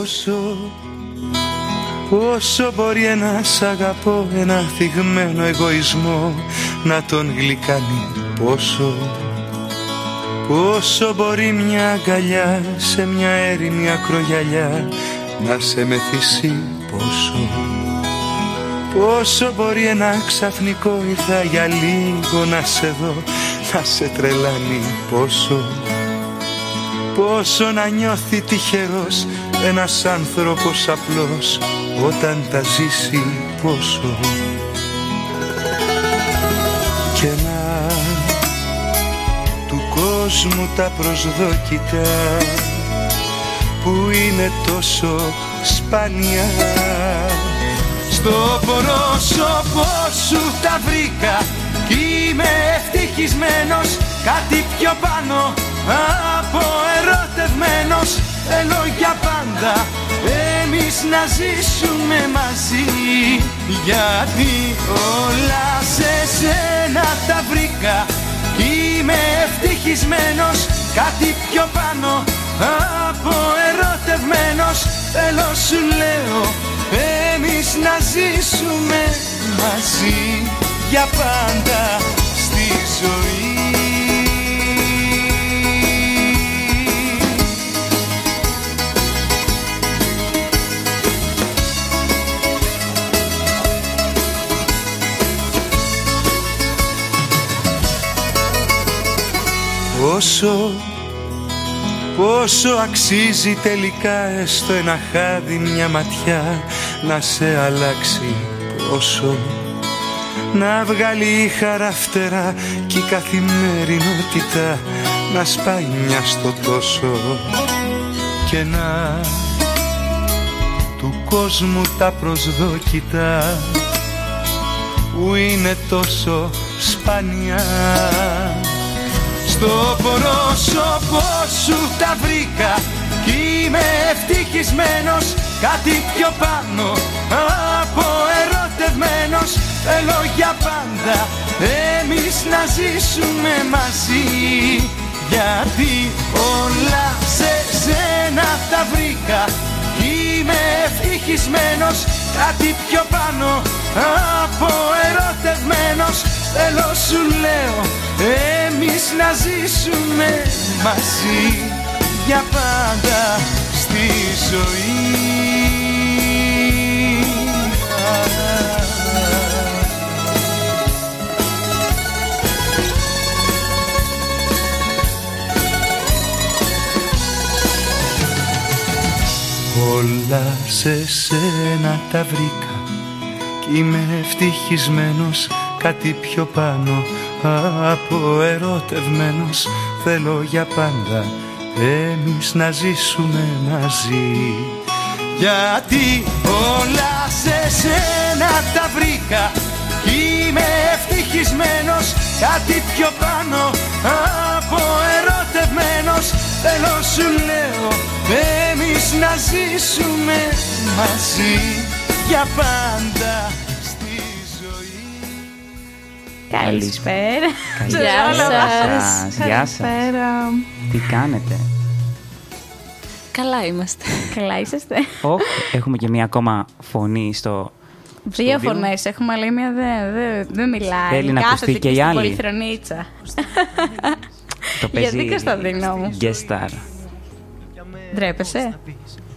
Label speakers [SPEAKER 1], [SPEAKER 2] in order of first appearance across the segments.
[SPEAKER 1] όσο Όσο μπορεί ένας αγαπώ ένα θυγμένο εγωισμό να τον γλυκάνει πόσο Όσο μπορεί μια αγκαλιά σε μια έρημη ακρογιαλιά να σε μεθυσεί πόσο Πόσο μπορεί ένα ξαφνικό ήρθα για λίγο να σε δω να σε τρελάνει πόσο Πόσο να νιώθει τυχερός ένας άνθρωπος απλός όταν τα ζήσει πόσο και να του κόσμου τα προσδόκητα που είναι τόσο σπάνια στο πρόσωπό σου τα βρήκα κι είμαι ευτυχισμένος κάτι πιο πάνω από ερωτευμένος θέλω για πάντα εμείς να ζήσουμε μαζί γιατί όλα σε σένα τα βρήκα κι είμαι ευτυχισμένος κάτι πιο πάνω από ερωτευμένος θέλω σου λέω ε, εμείς να ζήσουμε μαζί για πάντα στη ζωή Πόσο, πόσο αξίζει τελικά έστω ένα χάδι μια ματιά να σε αλλάξει πόσο να βγάλει η χαραφτερά και η καθημερινότητα να σπάει μια στο τόσο και να του κόσμου τα προσδόκητα που είναι τόσο σπάνια στο πρόσωπό σου τα βρήκα Κι είμαι ευτυχισμένος Κάτι πιο πάνω από ερωτευμένος Θέλω για πάντα εμείς να ζήσουμε μαζί Γιατί όλα σε σένα τα βρήκα Κι είμαι ευτυχισμένος Κάτι πιο πάνω από ερωτευμένος Θέλω σου λέω εμείς να ζήσουμε μαζί για πάντα στη ζωή Όλα σε σένα τα βρήκα κι είμαι ευτυχισμένος κάτι πιο πάνω από ερωτευμένος θέλω για πάντα εμείς να ζήσουμε μαζί γιατί όλα σε σένα τα βρήκα κι είμαι ευτυχισμένος κάτι πιο πάνω από ερωτευμένος θέλω σου λέω εμείς να ζήσουμε μαζί για πάντα
[SPEAKER 2] Καλησπέρα.
[SPEAKER 3] Γεια σας. Γεια σας.
[SPEAKER 2] Καλησπέρα.
[SPEAKER 3] Τι κάνετε.
[SPEAKER 4] Καλά είμαστε.
[SPEAKER 2] Καλά είσαστε.
[SPEAKER 3] Οχ, έχουμε και μία ακόμα φωνή στο.
[SPEAKER 2] Δύο
[SPEAKER 3] στούντιο.
[SPEAKER 2] φωνές έχουμε, αλλά η μία δεν δεν- δεν μιλάει.
[SPEAKER 3] Θέλει να
[SPEAKER 2] Κάθεται
[SPEAKER 3] ακουστεί και η
[SPEAKER 2] στην
[SPEAKER 3] άλλη.
[SPEAKER 2] πολυθρονίτσα.
[SPEAKER 3] Το παίζει.
[SPEAKER 2] Γιατί Κωνσταντίνο μου?
[SPEAKER 3] Guest star.
[SPEAKER 2] Ντρέπεσαι.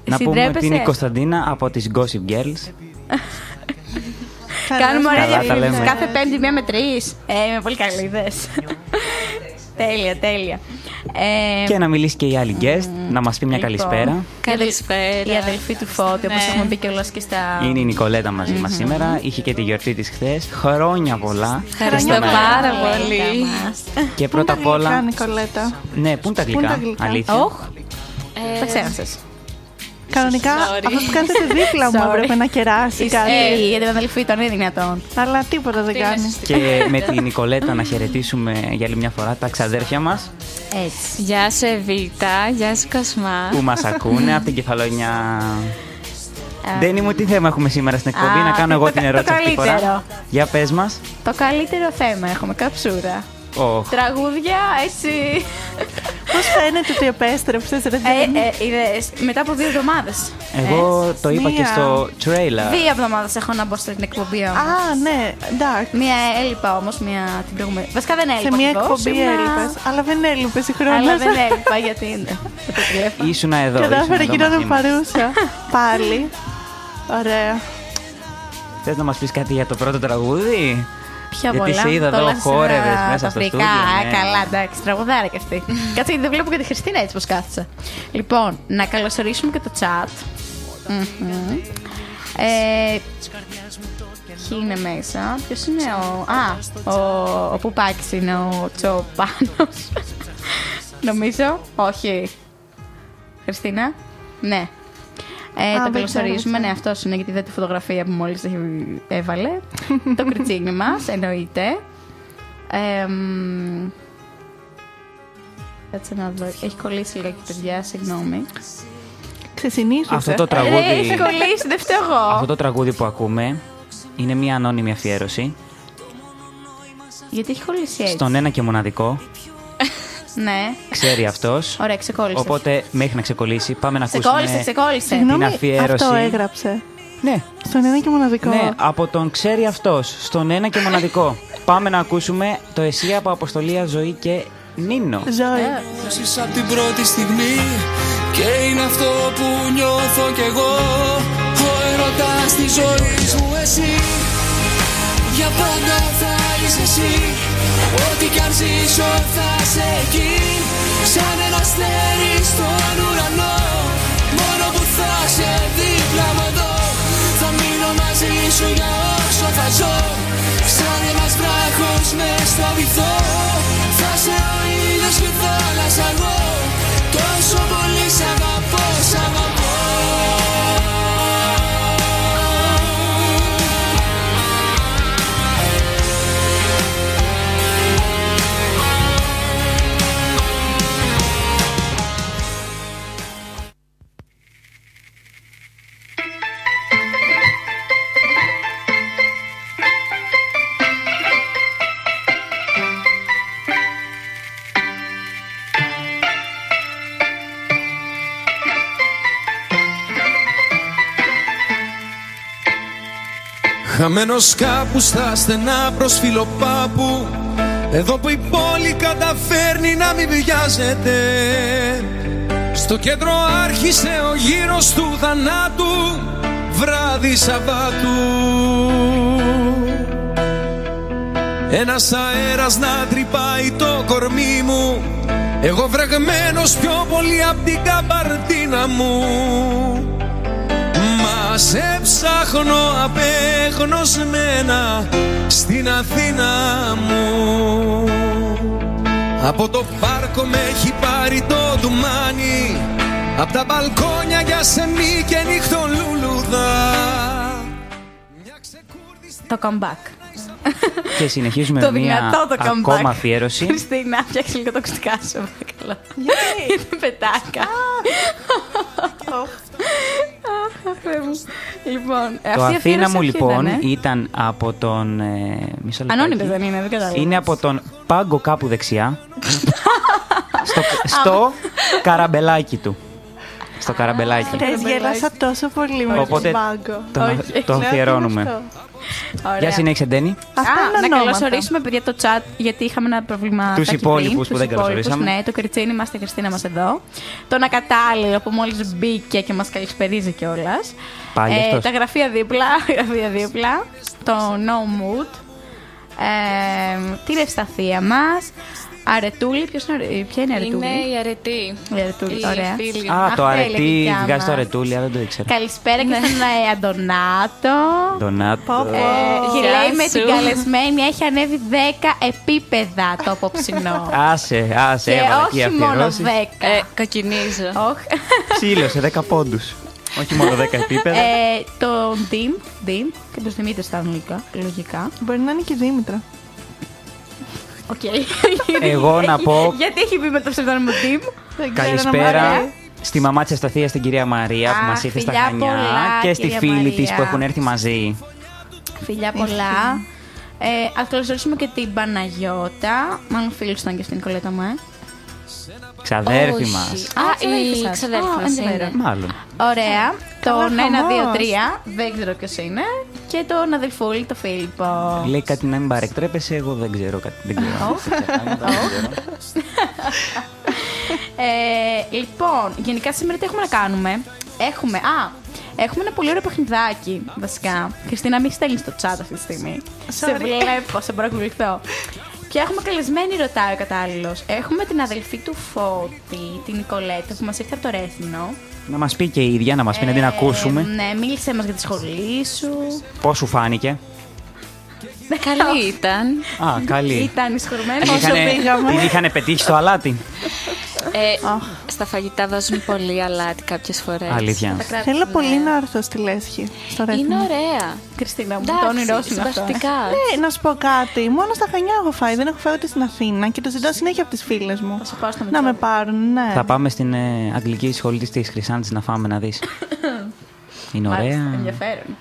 [SPEAKER 3] Να
[SPEAKER 2] Εσύ
[SPEAKER 3] πούμε ότι είναι η
[SPEAKER 2] ντρέπεσαι?
[SPEAKER 3] Κωνσταντίνα από τις Gossip Girls.
[SPEAKER 2] Κάνουμε ωραία
[SPEAKER 3] Καλά τα
[SPEAKER 2] διαφήμιση.
[SPEAKER 3] λέμε.
[SPEAKER 2] Κάθε πέμπτη μία με τρεις. Ε, είμαι πολύ καλή, δες. τέλεια, τέλεια. Ε,
[SPEAKER 3] Και να μιλήσει και η άλλη guest, να μας πει μια
[SPEAKER 2] λοιπόν.
[SPEAKER 3] καλησπέρα.
[SPEAKER 4] Καλησπέρα.
[SPEAKER 2] η αδελφή του Φώτη, όπως
[SPEAKER 4] Ναι.
[SPEAKER 2] έχουμε πει κιόλας και στα...
[SPEAKER 3] Είναι η Νικολέτα μαζί μας σήμερα. Είχε και τη γιορτή της χθες. Χρόνια πολλά.
[SPEAKER 4] Ευχαριστώ
[SPEAKER 3] Χριστούγεννα.
[SPEAKER 4] πάρα
[SPEAKER 2] Γλυκά
[SPEAKER 4] πολύ.
[SPEAKER 2] μας.
[SPEAKER 3] Και πρώτα απ' όλα.
[SPEAKER 5] Νικολέτα.
[SPEAKER 3] Ναι, πού είναι τα
[SPEAKER 5] είναι τα
[SPEAKER 3] γλυκά.
[SPEAKER 5] γλυκά?
[SPEAKER 3] Αλήθεια.
[SPEAKER 2] Οχ,
[SPEAKER 4] Ε,
[SPEAKER 2] τα ξέχασες.
[SPEAKER 5] Κανονικά
[SPEAKER 4] Sorry.
[SPEAKER 5] αυτό που κάνετε δίπλα μου
[SPEAKER 2] Sorry. Ε,
[SPEAKER 5] έπρεπε να κεράσει κάτι.
[SPEAKER 2] Ισχύει για την αδελφή των, είναι δυνατόν.
[SPEAKER 5] Αλλά τίποτα δεν
[SPEAKER 4] τι είναι
[SPEAKER 5] κάνει.
[SPEAKER 4] στη-
[SPEAKER 3] Και με τη Νικολέτα να χαιρετήσουμε για άλλη μια φορά τα ξαδέρφια μας
[SPEAKER 2] Έτσι.
[SPEAKER 4] Γεια σε Βίτα, γεια σου Κοσμά.
[SPEAKER 3] που μας ακούνε από την κεφαλόνια.
[SPEAKER 2] Ε,
[SPEAKER 3] Ντένι μου, τι θέμα έχουμε σήμερα στην εκπομπή,
[SPEAKER 2] Α,
[SPEAKER 3] να κάνω
[SPEAKER 2] το
[SPEAKER 3] εγώ
[SPEAKER 2] κα-
[SPEAKER 3] την ερώτηση
[SPEAKER 2] το
[SPEAKER 3] αυτή τη φορά.
[SPEAKER 2] καλύτερο.
[SPEAKER 3] Για πες μας.
[SPEAKER 2] Το καλύτερο θέμα έχουμε, καψούρα.
[SPEAKER 3] Οχ,
[SPEAKER 2] Τραγούδια, έτσι.
[SPEAKER 5] Πώς φαίνεται ότι επέστρεψες, ρε
[SPEAKER 2] Ε,
[SPEAKER 5] Ντένι.
[SPEAKER 2] ε, είδες, μετά από δύο εβδομάδες.
[SPEAKER 3] Εγώ το είπα και
[SPEAKER 5] μία.
[SPEAKER 3] στο τρέιλα.
[SPEAKER 2] Δύο εβδομάδες έχω να μπω στην εκπομπή όμως.
[SPEAKER 5] Α, ναι, εντάξει.
[SPEAKER 2] Μία έλειπα όμως, μία την προηγούμενη. Βασικά δεν έλειπα.
[SPEAKER 5] Σε μια
[SPEAKER 2] ακριβώς,
[SPEAKER 5] εκπομπή
[SPEAKER 2] Ναι, λοιπόν, ήμουνα-
[SPEAKER 5] έλειπες. Αλλά δεν έλειπες η
[SPEAKER 2] Αλλά
[SPEAKER 5] χρόνο.
[SPEAKER 2] δεν έλειπα γιατί είναι. με το τηλέφωνο.
[SPEAKER 3] Ήσουνα εδώ.
[SPEAKER 5] Κατάφερε
[SPEAKER 3] ήσουν
[SPEAKER 5] και
[SPEAKER 3] εδώ
[SPEAKER 5] να
[SPEAKER 3] μαζί
[SPEAKER 5] δεν
[SPEAKER 3] μας.
[SPEAKER 5] παρούσα. Πάλι. Ωραία.
[SPEAKER 3] Θες να μας πεις κάτι για το πρώτο τραγούδι.
[SPEAKER 2] Πιο
[SPEAKER 3] Γιατί
[SPEAKER 2] πολλά.
[SPEAKER 3] σε είδα
[SPEAKER 2] Το
[SPEAKER 3] εδώ,
[SPEAKER 2] λάθος
[SPEAKER 3] χόρευες
[SPEAKER 2] είναι
[SPEAKER 3] μέσα
[SPEAKER 2] τα
[SPEAKER 3] στο
[SPEAKER 2] αφρικά.
[SPEAKER 3] στούντιο, ναι.
[SPEAKER 2] Καλά, εντάξει, τραγουδάρα κι αυτή. Κάτσε γιατί δεν βλέπω και τη Χριστίνα έτσι πως κάθισε. Λοιπόν, να καλωσορίσουμε και το chat. Μμμ. Ε, Ποιοι είναι μέσα, ποιος είναι ο. Α, ο, ο Πουπάκης είναι ο Τσοπάνος Νομίζω, όχι. Χριστίνα, ναι. Ε,
[SPEAKER 5] δεν
[SPEAKER 2] τον
[SPEAKER 5] ξέρω,
[SPEAKER 2] καλωσορίζουμε,
[SPEAKER 5] δεν
[SPEAKER 2] ναι, αυτός είναι γιατί δεν τη φωτογραφία που μόλις έβαλε. το κριτσίνι μας, εννοείται. Ε, μ, Κάτσε να δω. Έχει κολλήσει λίγο και παιδιά, συγγνώμη.
[SPEAKER 5] Ξεσυνήθισε.
[SPEAKER 3] Αυτό το
[SPEAKER 2] Ε, Έχει
[SPEAKER 3] τραγούδι,
[SPEAKER 2] κολλήσει, δεν φταίω
[SPEAKER 3] αυτό
[SPEAKER 2] εγώ.
[SPEAKER 3] το τραγούδι που ακούμε είναι μια ανώνυμη αφιέρωση
[SPEAKER 2] Γιατί έχει κολλήσει έτσι.
[SPEAKER 3] στον ένα και μοναδικό.
[SPEAKER 2] Ναι,
[SPEAKER 3] Ξέρει αυτός.
[SPEAKER 2] ωραία, ξεκόλλησες.
[SPEAKER 3] Οπότε ναι. μέχρι να ξεκολλήσει πάμε να
[SPEAKER 2] Ξεκόλλησε,
[SPEAKER 3] ακούσουμε.
[SPEAKER 2] ξεκόλλησε.
[SPEAKER 5] Συγγνώμη,
[SPEAKER 3] την αφιέρωση.
[SPEAKER 5] Αυτό έγραψε.
[SPEAKER 3] Ναι,
[SPEAKER 5] Στον ένα και μοναδικό.
[SPEAKER 3] ναι, από τον ξέρει αυτός στον ένα και μοναδικό. πάμε να ακούσουμε το Εσύ από Αποστολία Ζωή και Νίνο.
[SPEAKER 2] Ε,
[SPEAKER 5] Ζωή.
[SPEAKER 6] Ζήσεις από την πρώτη στιγμή Και είναι αυτό που νιώθω κι εγώ Ο ερωτάς της ζωής μου εσύ Για πάντα θα είσαι εσύ Ό,τι κι αν ζήσω θα σε εκεί Σαν ένα αστέρι στον ουρανό Μόνο που θα σε δίπλα μου εδώ Θα μείνω μαζί σου για όσο θα ζω Σαν ένας βράχος μες στο βυθό Θα σε ο ήλιος και η θάλασσα εγώ Τόσο πολύ σ' αγαπώ, σ' αγαπώ
[SPEAKER 7] Χαμένος κάπου στα στενά προς φιλοπάπου Εδώ που η πόλη καταφέρνει να μην βιάζεται Στο κέντρο άρχισε ο γύρος του θανάτου Βράδυ Σαββάτου Ένας αέρας να τρυπάει το κορμί μου Εγώ βρεγμένος πιο πολύ απ' την καμπαρτίνα μου Μα σε ψάχνω απέγνωσμένα στην Αθήνα μου Από το πάρκο με έχει πάρει το ντουμάνι Απ' τα μπαλκόνια για σε μη και νυχτολούλουδα Μια ξεκούρδιστη
[SPEAKER 2] Το comeback.
[SPEAKER 3] Και συνεχίζουμε
[SPEAKER 2] Το
[SPEAKER 3] με μια
[SPEAKER 2] δυνατό το comeback.
[SPEAKER 3] ακόμα αφιέρωση.
[SPEAKER 2] Χριστίνα, φτιάξει λίγο τα ακουστικά σου, παρακαλώ. Είναι πετάκα. Αχ, Θεέ μου. Λοιπόν, ε,
[SPEAKER 3] Το
[SPEAKER 2] αυτή η
[SPEAKER 3] Αθήνα
[SPEAKER 2] αφιέρωση
[SPEAKER 3] μου
[SPEAKER 2] ποια
[SPEAKER 3] λοιπόν
[SPEAKER 2] ήταν, ε?
[SPEAKER 3] ήταν από τον. Ε, μισό λεπτάκι.
[SPEAKER 2] Ανώνυμες δεν είναι, δεν κατάλαβα.
[SPEAKER 3] Είναι από τον πάγκο κάπου δεξιά. στο στο καραμπελάκι του. Στο καραμπελάκι.
[SPEAKER 5] Χτε γέλασα τόσο πολύ με τον
[SPEAKER 3] Οπότε
[SPEAKER 5] μπάγκο.
[SPEAKER 3] τον α-
[SPEAKER 2] Όχι.
[SPEAKER 3] το
[SPEAKER 5] Λέω, τι είναι
[SPEAKER 3] αφιερώνουμε.
[SPEAKER 5] αυτό.
[SPEAKER 2] Ωραία.
[SPEAKER 3] Για συνέχισε, Ντένι.
[SPEAKER 5] Αυτά
[SPEAKER 2] Α,
[SPEAKER 5] είναι
[SPEAKER 2] να
[SPEAKER 5] ονόματα.
[SPEAKER 2] καλωσορίσουμε παιδιά το chat γιατί είχαμε ένα πρόβλημα.
[SPEAKER 3] Τους υπόλοιπους που δεν καλωσορίσαμε.
[SPEAKER 2] Ναι, το κριτσίνι μα, τη Χριστίνα μας εδώ. Τον ακατάλληλο που μόλις μπήκε και μας καλησπερίζει κιόλας.
[SPEAKER 3] Πάλι αυτός.
[SPEAKER 2] τα γραφεία δίπλα, γραφεία δίπλα. Το No Mood. Ε, την ευσταθία μας. Αρετούλη, ποιος είναι, ο- ποια είναι η Αρετούλη.
[SPEAKER 4] Είναι η αρετή.
[SPEAKER 2] Η αρετούλη,
[SPEAKER 4] Η
[SPEAKER 2] ωραία.
[SPEAKER 4] φίλη.
[SPEAKER 3] Α, το
[SPEAKER 2] Αχ,
[SPEAKER 3] αρετή.
[SPEAKER 2] έλεγε
[SPEAKER 3] Βγάζει το
[SPEAKER 2] μας.
[SPEAKER 3] αρετούλι, α, δεν το ήξερα.
[SPEAKER 2] Καλησπέρα
[SPEAKER 4] Ναι.
[SPEAKER 2] και στον ε, Αντωνάτο.
[SPEAKER 3] Ντονάτο.
[SPEAKER 5] Πω, πω.
[SPEAKER 2] Ε, Γυρνάει
[SPEAKER 4] Γεια
[SPEAKER 2] με
[SPEAKER 4] σου.
[SPEAKER 2] την καλεσμένη, έχει ανέβει 10 επίπεδα το απόψινό.
[SPEAKER 3] Άσε, άσε,
[SPEAKER 2] και
[SPEAKER 3] έβαλα εκεί
[SPEAKER 2] όχι μόνο 10.
[SPEAKER 3] αφιερώσεις.
[SPEAKER 4] Ε, κοκκινίζω.
[SPEAKER 2] Όχ.
[SPEAKER 3] Ψήλωσε 10 πόντους. Όχι μόνο 10 επίπεδα.
[SPEAKER 2] Ε, τον Ντιμ, Ντιμ και τον Δημήτρης στα αγγλικά, λογικά.
[SPEAKER 5] Μπορεί να είναι και η Δήμητρα.
[SPEAKER 2] Οκ.
[SPEAKER 3] Εγώ να πω-
[SPEAKER 2] Γιατί έχει μπει με το ψευδόνιμο Ντιμ.
[SPEAKER 5] Δεν ξέρω να μ' αρέσει.
[SPEAKER 3] Καλησπέρα στη μαμά της Ασταθία, την κυρία Μαρία που
[SPEAKER 2] Αχ,
[SPEAKER 3] μας ήρθε στα
[SPEAKER 2] φιλιά
[SPEAKER 3] Χανιά
[SPEAKER 2] πολλά,
[SPEAKER 3] και στη
[SPEAKER 2] κυρία
[SPEAKER 3] φίλη της
[SPEAKER 2] Μαρία.
[SPEAKER 3] που έχουν έρθει μαζί.
[SPEAKER 2] Φιλιά πολλά. Ε, ας καλωσορίσουμε και την Παναγιώτα. Μάλλον φίλη ήταν και στην Νικολέτα μου, ε.
[SPEAKER 3] Ξαδέρφη μας.
[SPEAKER 2] Α,
[SPEAKER 4] Α,
[SPEAKER 2] έτσι λέει και
[SPEAKER 4] η
[SPEAKER 2] εσάς. Α,
[SPEAKER 4] ξαδέρφη μας είναι.
[SPEAKER 2] ενδιαφέρον.
[SPEAKER 3] Μάλλον.
[SPEAKER 2] Ωραία. Τον
[SPEAKER 5] χαμός.
[SPEAKER 2] 1, 2, 3. Δεν ξέρω ποιος είναι. Και τον αδελφούλη, το Φίλιππο.
[SPEAKER 3] Λέει κάτι να μην παρεκτρέπεσαι, εγώ δεν ξέρω κάτι. Δεν ξέρω. Δεν ξέρω πράγματα, δεν ξέρω.
[SPEAKER 2] Ε, λοιπόν, γενικά σήμερα τι έχουμε να κάνουμε. Έχουμε, α, έχουμε ένα πολύ ωραίο παιχνιδάκι βασικά. Χριστίνα, μη στέλνει στο chat αυτή τη στιγμή. Σε βλέπω, σε παρακολουθώ. Και έχουμε καλεσμένη, ρωτάει ο κατάλληλος. Έχουμε την αδελφή του Φώτη, την Νικολέτα, που μας ήρθε από το Ρέθινο.
[SPEAKER 3] Να μας πει και η ίδια, να μας πει να την
[SPEAKER 2] Ε,
[SPEAKER 3] ακούσουμε.
[SPEAKER 2] Ναι, μίλησε μας για τη σχολή σου.
[SPEAKER 3] Πώς σου φάνηκε.
[SPEAKER 4] Καλή ήταν.
[SPEAKER 3] Α, καλή.
[SPEAKER 2] Ήταν ισχυρμένη.
[SPEAKER 3] Την είχανε- Την είχαν πετύχει στο αλάτι.
[SPEAKER 4] Ε, Στα φαγητά βάζουν πολύ αλάτι κάποιες φορές.
[SPEAKER 3] Αλήθεια.
[SPEAKER 5] Θέλω πολύ
[SPEAKER 2] ναι.
[SPEAKER 5] να έρθω στη λέσχη. Στο
[SPEAKER 4] Είναι
[SPEAKER 5] Ρέθινο.
[SPEAKER 4] ωραία.
[SPEAKER 2] Χριστίνα μου, το όνειρό
[SPEAKER 4] Εντάξει,
[SPEAKER 2] σου είναι αυτό. ε.
[SPEAKER 4] συμπαθητικά.
[SPEAKER 5] Ναι, να σου πω κάτι. Μόνο στα Χανιά έχω φάει. Δεν έχω φάει ούτε στην Αθήνα και το ζητάω συνέχεια από τις φίλες μου.
[SPEAKER 2] Θα σου πάω στο
[SPEAKER 5] Να με
[SPEAKER 2] Μετσόβιο.
[SPEAKER 5] πάρουν, ναι.
[SPEAKER 3] Θα πάμε στην ε, αγγλική σχολή της Χρυσάντης να φάμε να δεις. Είναι
[SPEAKER 2] Μάλιστα,
[SPEAKER 3] ωραία.
[SPEAKER 2] ενδιαφέρον.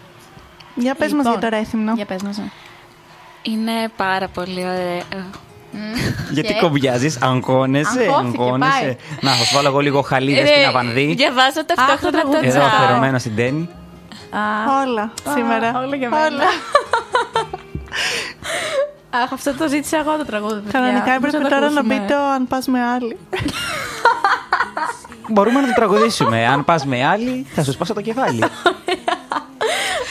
[SPEAKER 5] Για πες μας
[SPEAKER 2] Λοιπόν,
[SPEAKER 5] για το Ρέθιμνο.
[SPEAKER 2] Για πες μας, ναι.
[SPEAKER 4] Είναι πάρα πολύ ωραία.
[SPEAKER 3] Γιατί
[SPEAKER 2] Και-
[SPEAKER 3] κομπιάζει, αγχώνεσαι,
[SPEAKER 2] Αγχώθηκε,
[SPEAKER 3] αγχώνεσαι. Να, θα σου βάλω εγώ λίγο χαλίδες
[SPEAKER 4] Ε,
[SPEAKER 3] στην Αβανδί.
[SPEAKER 4] Διαβάζω ταυτόχρονα
[SPEAKER 2] τραγούδι.
[SPEAKER 4] το
[SPEAKER 3] Εδώ
[SPEAKER 4] τσάο.
[SPEAKER 3] αφαιρωμένο στην Τέννη.
[SPEAKER 5] Όλα σήμερα.
[SPEAKER 2] όλα για μένα. Αχ, αυτό το ζήτησα εγώ το τραγούδι. παιδιά.
[SPEAKER 5] Κανονικά έπρεπε
[SPEAKER 2] Νομίζω το
[SPEAKER 5] τώρα να
[SPEAKER 2] ακούσουμε.
[SPEAKER 5] μπει το αν πας με άλλη.
[SPEAKER 3] Μπορούμε να το τραγουδήσουμε. Αν πας με άλλη, θα σου σπάσω το κεφάλι.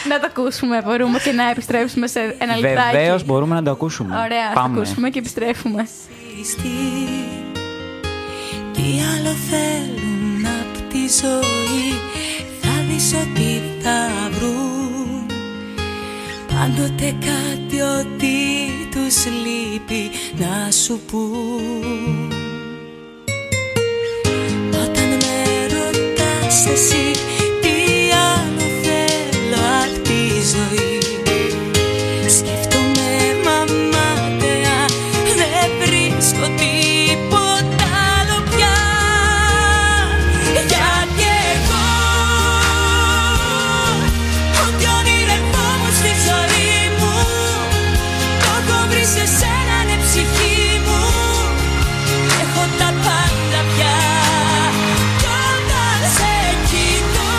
[SPEAKER 2] Να το ακούσουμε, μπορούμε και να επιστρέψουμε σε ένα λεπτάκι.
[SPEAKER 3] Βεβαίω μπορούμε να το ακούσουμε.
[SPEAKER 2] Ωραία, θα
[SPEAKER 3] Πάμε.
[SPEAKER 2] ακούσουμε και επιστρέφουμε.
[SPEAKER 8] Τι άλλο θέλουν απ' τη ζωή Θα δεις ότι θα βρουν Πάντοτε κάτι ότι τους λείπει να σου πούν Όταν με ρωτάς εσύ Τι άλλο θέλω απ' τη ζωή Σκέφτομαι μαμάτεα Δεν βρίσκω τίποτα άλλο πια Γιατί εγώ Ό,τι ονειρευόμουν στη ζωή μου Το έχω βρει σε σένα ναι ψυχή μου Έχω τα πάντα πια Κι όταν σε κοιτώ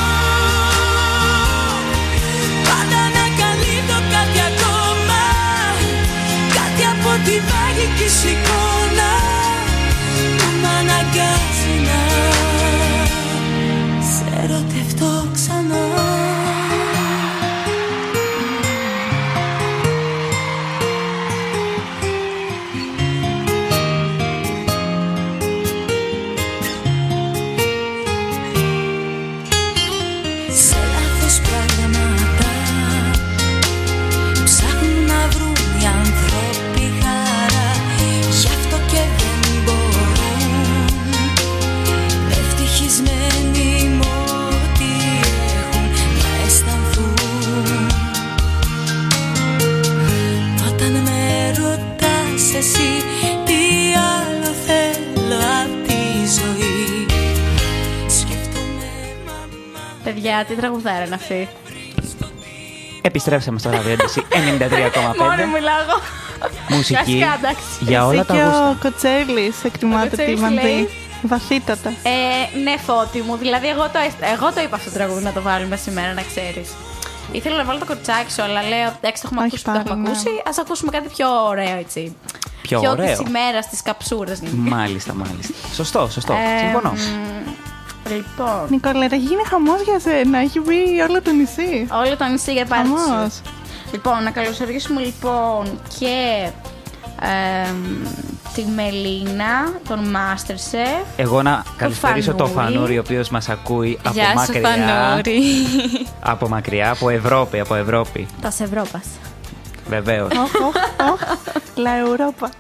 [SPEAKER 8] Πάντα να καλύπτω κάτι ακόμα Κάτι από τη μαγική σου εικόνα Που μ' αναγκάζει να Σε ερωτευτώ ξανά Σε λάθος πράγματα Ψάχνουν να βρουν οι άνθρωποι χαρά Γι' αυτό και δεν μπορούν Ευτυχισμένοι με ό,τι έχουν να αισθανθούν Όταν με ρωτάς εσύ Τι άλλο θέλω απ' τη ζωή Σκέφτομαι μαμά
[SPEAKER 2] Παιδιά, τι τραγουδάρα είναι αυτή.
[SPEAKER 3] Επιστρέψαμε στο ράδιο ένταση 93,5.
[SPEAKER 2] Μόνο μιλάω εγώ.
[SPEAKER 3] Μουσική
[SPEAKER 2] Βασικά, εντάξει.
[SPEAKER 3] για όλα
[SPEAKER 5] Εσύ
[SPEAKER 3] τα
[SPEAKER 5] και
[SPEAKER 3] γούστα.
[SPEAKER 5] ο Κοτσέλη εκτιμάται τη
[SPEAKER 2] Κοτσέλης
[SPEAKER 5] βανδύ.
[SPEAKER 2] λέει.
[SPEAKER 5] Βαθύτατα.
[SPEAKER 2] Ε, ναι, φώτη μου. Δηλαδή, εγώ το, αισθ- εγώ το είπα αυτό το τραγούδι να το βάλουμε σήμερα, να ξέρεις. Ήθελα να βάλω το κορτσάκι σου, αλλά λέω εντάξει, το έχουμε
[SPEAKER 5] Όχι
[SPEAKER 2] ακούσει. Το έχουμε
[SPEAKER 5] πάλι, ναι.
[SPEAKER 2] ακούσει. Ας ακούσουμε κάτι πιο ωραίο, έτσι.
[SPEAKER 3] Πιο ωραίο.
[SPEAKER 2] της ημέρας, της καψούρας.
[SPEAKER 3] Μάλιστα, μάλιστα. Σωστό, σωστό. Συμφωνώ.
[SPEAKER 2] Ε, Λοιπόν,
[SPEAKER 5] Νικολέτα, έχει γίνει χαμός για σένα. Έχει μπει όλο το νησί.
[SPEAKER 2] όλο το νησί για πάρτι
[SPEAKER 5] Χαμό.
[SPEAKER 2] σου. Λοιπόν, να καλωσορίσουμε λοιπόν και εμ, τη Μελίνα, τον Masterchef.
[SPEAKER 3] Εγώ να καλησπέρισω το
[SPEAKER 2] Φανούρι.
[SPEAKER 3] Φανούρι, ο οποίος μας ακούει από
[SPEAKER 4] Γεια σου,
[SPEAKER 3] μακριά.
[SPEAKER 4] Φανούρη.
[SPEAKER 3] Από μακριά, από Ευρώπη, από Ευρώπη.
[SPEAKER 2] Τας Ευρώπας.
[SPEAKER 3] Βεβαίως.
[SPEAKER 5] Οχ, οχ, οχ. Λα Ευρώπα.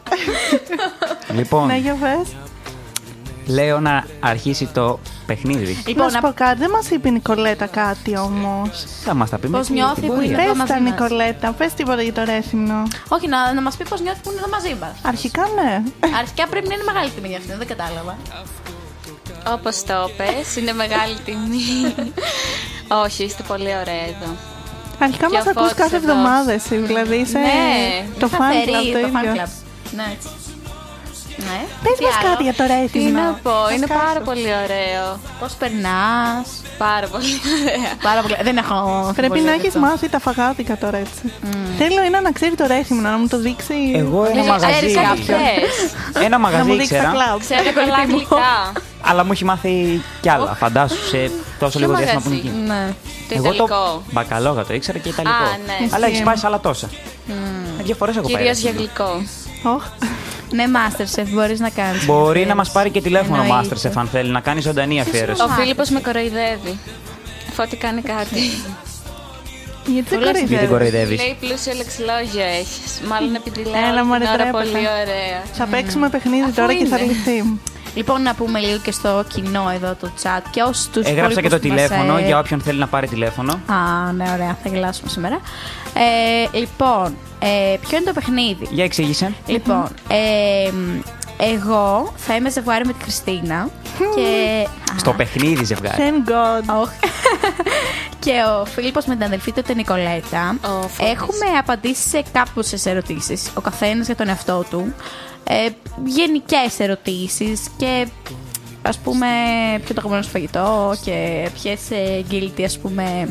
[SPEAKER 3] λοιπόν,
[SPEAKER 5] Ναι, για πες.
[SPEAKER 3] λέω να αρχίσει το παιχνίδι.
[SPEAKER 5] Να
[SPEAKER 2] Λοιπόν,
[SPEAKER 5] σου
[SPEAKER 2] να
[SPEAKER 5] πω κάτι, δεν μας είπε η Νικολέτα κάτι όμως.
[SPEAKER 3] Θα μας τα πει
[SPEAKER 2] Πώς νιώθει που είναι.
[SPEAKER 5] Πε
[SPEAKER 2] μας
[SPEAKER 5] τα,
[SPEAKER 2] δίνεις.
[SPEAKER 5] Νικολέτα, πες τίποτα για το Ρέθιμνο.
[SPEAKER 2] όχι, να, να μας πει πώς νιώθει που είναι εδώ μαζί μας.
[SPEAKER 5] Αρχικά ναι.
[SPEAKER 2] Αρχικά πρέπει να είναι μεγάλη τιμή για αυτήν, δεν κατάλαβα.
[SPEAKER 4] Όπως το πες, είναι μεγάλη τιμή. Όχι, είστε πολύ ωραία εδώ.
[SPEAKER 5] Αρχικά
[SPEAKER 4] Και
[SPEAKER 5] μας
[SPEAKER 4] ο
[SPEAKER 5] ακούς
[SPEAKER 4] Φώτης
[SPEAKER 5] κάθε
[SPEAKER 4] εδώ.
[SPEAKER 5] εβδομάδα εσύ. Δηλαδή είσαι
[SPEAKER 4] Ναι,
[SPEAKER 5] το
[SPEAKER 2] Θα
[SPEAKER 5] fan
[SPEAKER 2] φέρει
[SPEAKER 5] club το
[SPEAKER 2] το fan
[SPEAKER 5] ίδιο.
[SPEAKER 2] club. Ναι, έτσι. Ναι.
[SPEAKER 5] Πες
[SPEAKER 2] Τι
[SPEAKER 5] μας
[SPEAKER 2] άλλο?
[SPEAKER 5] κάτι για το
[SPEAKER 4] Τι
[SPEAKER 5] ρέιτινγκ.
[SPEAKER 4] να πω, είναι
[SPEAKER 5] Μας
[SPEAKER 4] πάρα
[SPEAKER 5] κάτσε.
[SPEAKER 4] πολύ ωραίο.
[SPEAKER 2] Πώς περνάς.
[SPEAKER 4] Πάρα πολύ ωραία.
[SPEAKER 2] Πάρα πολύ. Δεν έχω.
[SPEAKER 5] Πρέπει να έχει
[SPEAKER 2] έχει
[SPEAKER 5] μάθει τα φαγάτικα τώρα έτσι.
[SPEAKER 4] Mm.
[SPEAKER 5] Θέλω ένα να ξέρει το ρέθιμο, να μου το δείξει.
[SPEAKER 3] Εγώ ένα
[SPEAKER 4] Νομίζω ξέρεις
[SPEAKER 3] μαγαζί.
[SPEAKER 4] κάποιον.
[SPEAKER 3] Ένα
[SPEAKER 5] να μου
[SPEAKER 3] μαγαζί
[SPEAKER 5] δείξει τα
[SPEAKER 3] ήξερα,
[SPEAKER 5] κλαμπ.
[SPEAKER 4] Ξέρω πολλά αγγλικά.
[SPEAKER 3] αλλά μου έχει μάθει κι άλλα. Φαντάσου σε τόσο
[SPEAKER 4] Ποιο
[SPEAKER 3] λίγο διάστημα που
[SPEAKER 4] μαγαζί?
[SPEAKER 3] είναι εκεί.
[SPEAKER 2] Ναι.
[SPEAKER 4] Το
[SPEAKER 3] Εγώ
[SPEAKER 4] ιταλικό.
[SPEAKER 3] το μπακαλόγα το ήξερα και ιταλικό.
[SPEAKER 4] Α, ναι.
[SPEAKER 3] Αλλά έχει πάει σε άλλα τόσα. Ε, Δύο φορές έχω πάει.
[SPEAKER 4] Κυρίως
[SPEAKER 3] ρε.
[SPEAKER 4] για γλυκό.
[SPEAKER 5] Οχ.
[SPEAKER 2] Ναι, Masterchef μπορείς να κάνεις.
[SPEAKER 3] Μπορεί να μας πάρει και τηλέφωνο
[SPEAKER 2] Εννοείται.
[SPEAKER 3] Masterchef αν θέλει να κάνει ζωντανή αφιέρωση.
[SPEAKER 4] Ο Φίλιππος με κοροϊδεύει. Φώτη κάνει κάτι.
[SPEAKER 5] Γιατί δεν
[SPEAKER 2] λες
[SPEAKER 5] κοροϊδεύεις.
[SPEAKER 3] Γιατί κοροϊδεύεις.
[SPEAKER 4] Λέει πλούσιο λεξιλόγιο έχεις. Μάλλον επειδή λέει
[SPEAKER 5] Έλα, μωρέ,
[SPEAKER 4] την ώρα
[SPEAKER 5] τρέπεσαι.
[SPEAKER 4] πολύ ωραία.
[SPEAKER 5] Θα παίξουμε παιχνίδι τώρα και θα
[SPEAKER 4] είναι.
[SPEAKER 5] λυθεί.
[SPEAKER 2] Λοιπόν, να πούμε λίγο και στο κοινό εδώ το chat και όσου τους
[SPEAKER 3] Έγραψα και το τηλέφωνο για όποιον θέλει να πάρει τηλέφωνο.
[SPEAKER 2] ε- Α, ναι, ωραία, θα γελάσουμε σήμερα. Ε, λοιπόν, ε, ποιο είναι το παιχνίδι.
[SPEAKER 3] Για εξήγησε.
[SPEAKER 2] Λοιπόν, ε, εγώ θα είμαι ζευγάρι με τη Χριστίνα και.
[SPEAKER 3] Στο παιχνίδι ζευγάρι.
[SPEAKER 5] Thank God.
[SPEAKER 2] Οχ. και ο Φίλιππος με την αδελφή του την Νικολέτα.
[SPEAKER 4] Ο Φώτης.
[SPEAKER 2] Έχουμε απαντήσει σε κάποιες ερωτήσεις. Ο καθένας για τον εαυτό του. Ε, γενικές ερωτήσεις και ας πούμε ποιο το αγαπημένο σου φαγητό και ποιες ε, guilty ας πούμε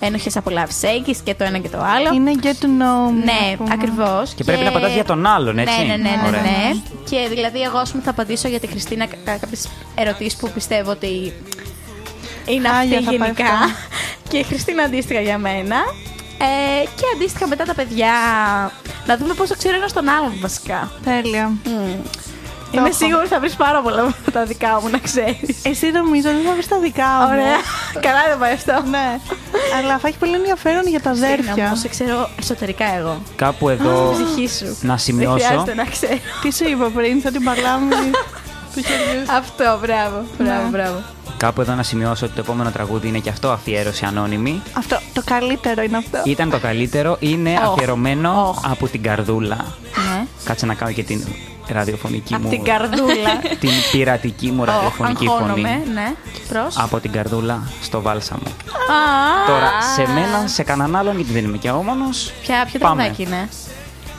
[SPEAKER 2] ένοχες απολαύσεις έχεις και το ένα και το άλλο.
[SPEAKER 5] Είναι get to know me.
[SPEAKER 2] Ναι,
[SPEAKER 5] να πούμε.
[SPEAKER 2] ακριβώς.
[SPEAKER 3] Και πρέπει να απαντάς για τον άλλον, έτσι.
[SPEAKER 2] Ναι, ναι, ναι. ναι,
[SPEAKER 3] Ωραία.
[SPEAKER 2] ναι. Και δηλαδή, εγώ ας πούμε, θα απαντήσω για τη Χριστίνα κάποιες ερωτήσεις που πιστεύω ότι είναι αυτή
[SPEAKER 5] Χάλια θα πάει
[SPEAKER 2] γενικά.
[SPEAKER 5] αυτό.
[SPEAKER 2] Και η Χριστίνα αντίστοιχα για μένα. Ε, και αντίστοιχα μετά τα παιδιά. Να δούμε πόσο ξέρει ένας τον άλλον βασικά.
[SPEAKER 5] Τέλεια. Το
[SPEAKER 2] Είμαι
[SPEAKER 5] έχω.
[SPEAKER 2] σίγουρη ότι θα βρεις πάρα πολλά από τα δικά μου να ξέρεις.
[SPEAKER 5] Εσύ νομίζω ότι θα βρεις τα δικά μου.
[SPEAKER 2] Ωραία. Καλά δεν πάει αυτό.
[SPEAKER 5] Ναι. Αλλά θα έχει πολύ ενδιαφέρον για τα
[SPEAKER 2] Χριστίνα,
[SPEAKER 5] αδέρφια.
[SPEAKER 2] μου, σε ξέρω εσωτερικά εγώ.
[SPEAKER 3] Κάπου
[SPEAKER 2] Στην
[SPEAKER 3] εδώ
[SPEAKER 2] ψυχή σου.
[SPEAKER 3] να
[SPEAKER 2] Δεν
[SPEAKER 3] σημειώσω.
[SPEAKER 2] χρειάζεται να ξέρω.
[SPEAKER 5] Τι σου είπα πριν, θα την παλάμη του χεριού σου.
[SPEAKER 2] Αυτό, μπράβο. Μπράβο,
[SPEAKER 5] Ναι.
[SPEAKER 2] μπράβο.
[SPEAKER 3] Κάπου εδώ να σημειώσω ότι το επόμενο τραγούδι είναι και αυτό αφιέρωση ανώνυμη.
[SPEAKER 5] Αυτό το καλύτερο είναι αυτό.
[SPEAKER 3] Ήταν το καλύτερο, είναι
[SPEAKER 2] Οχ,
[SPEAKER 3] αφιερωμένο
[SPEAKER 2] οχ.
[SPEAKER 3] από την καρδούλα.
[SPEAKER 2] Ναι.
[SPEAKER 3] Κάτσε να κάνω και την ραδιοφωνική
[SPEAKER 2] Από
[SPEAKER 3] μου.
[SPEAKER 2] την καρδούλα.
[SPEAKER 3] την πειρατική μου ραδιοφωνική φωνή.
[SPEAKER 2] αγχώνομαι, ναι. Προς.
[SPEAKER 3] Από την καρδούλα στο βάλσαμο.
[SPEAKER 2] Α,
[SPEAKER 3] Τώρα σε μένα, σε κανέναν άλλον, γιατί δεν είμαι και ο μόνος.
[SPEAKER 2] Ποια, ποιο
[SPEAKER 3] Πάμε.
[SPEAKER 2] τραγουδάκι είναι.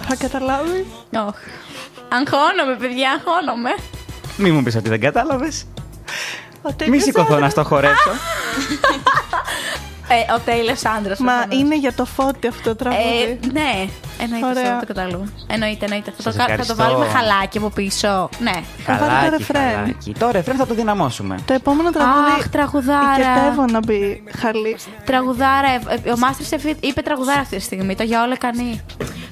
[SPEAKER 5] Θα καταλάβεις.
[SPEAKER 2] Οχ. Αγχώνομαι, παιδιά, αγχώνομαι.
[SPEAKER 3] Μη μου πεις ότι δεν κατάλαβες.
[SPEAKER 5] Ο
[SPEAKER 3] Μη
[SPEAKER 5] τέτοιος
[SPEAKER 3] σηκωθώ να στο χορέψω.
[SPEAKER 2] Ε, ο Τέιλερ άντρα.
[SPEAKER 5] Μα είναι για το φώτι αυτό το
[SPEAKER 2] Ε,
[SPEAKER 5] τραγούδι.
[SPEAKER 2] ναι, εννοείται
[SPEAKER 5] Ωραία.
[SPEAKER 2] αυτό το κατάλαβα. Εννοείται, εννοείται. Θα το,
[SPEAKER 3] Σας
[SPEAKER 2] κα- θα το
[SPEAKER 3] ευχαριστώ.
[SPEAKER 2] βάλουμε χαλάκι από πίσω. Ναι.
[SPEAKER 5] βάλει το
[SPEAKER 3] Χαλάκι,
[SPEAKER 5] ρεφρέν.
[SPEAKER 3] χαλάκι. Το ρεφρέν θα το δυναμώσουμε.
[SPEAKER 5] Το επόμενο
[SPEAKER 2] Αχ,
[SPEAKER 5] τραγούδι.
[SPEAKER 2] τραγουδάρα.
[SPEAKER 5] Οικετεύω να μπει χαλί.
[SPEAKER 2] Τραγουδάρα. ε, ε, Ο Masterchef είπε τραγουδάρα αυτή τη στιγμή. Το για όλα κανεί.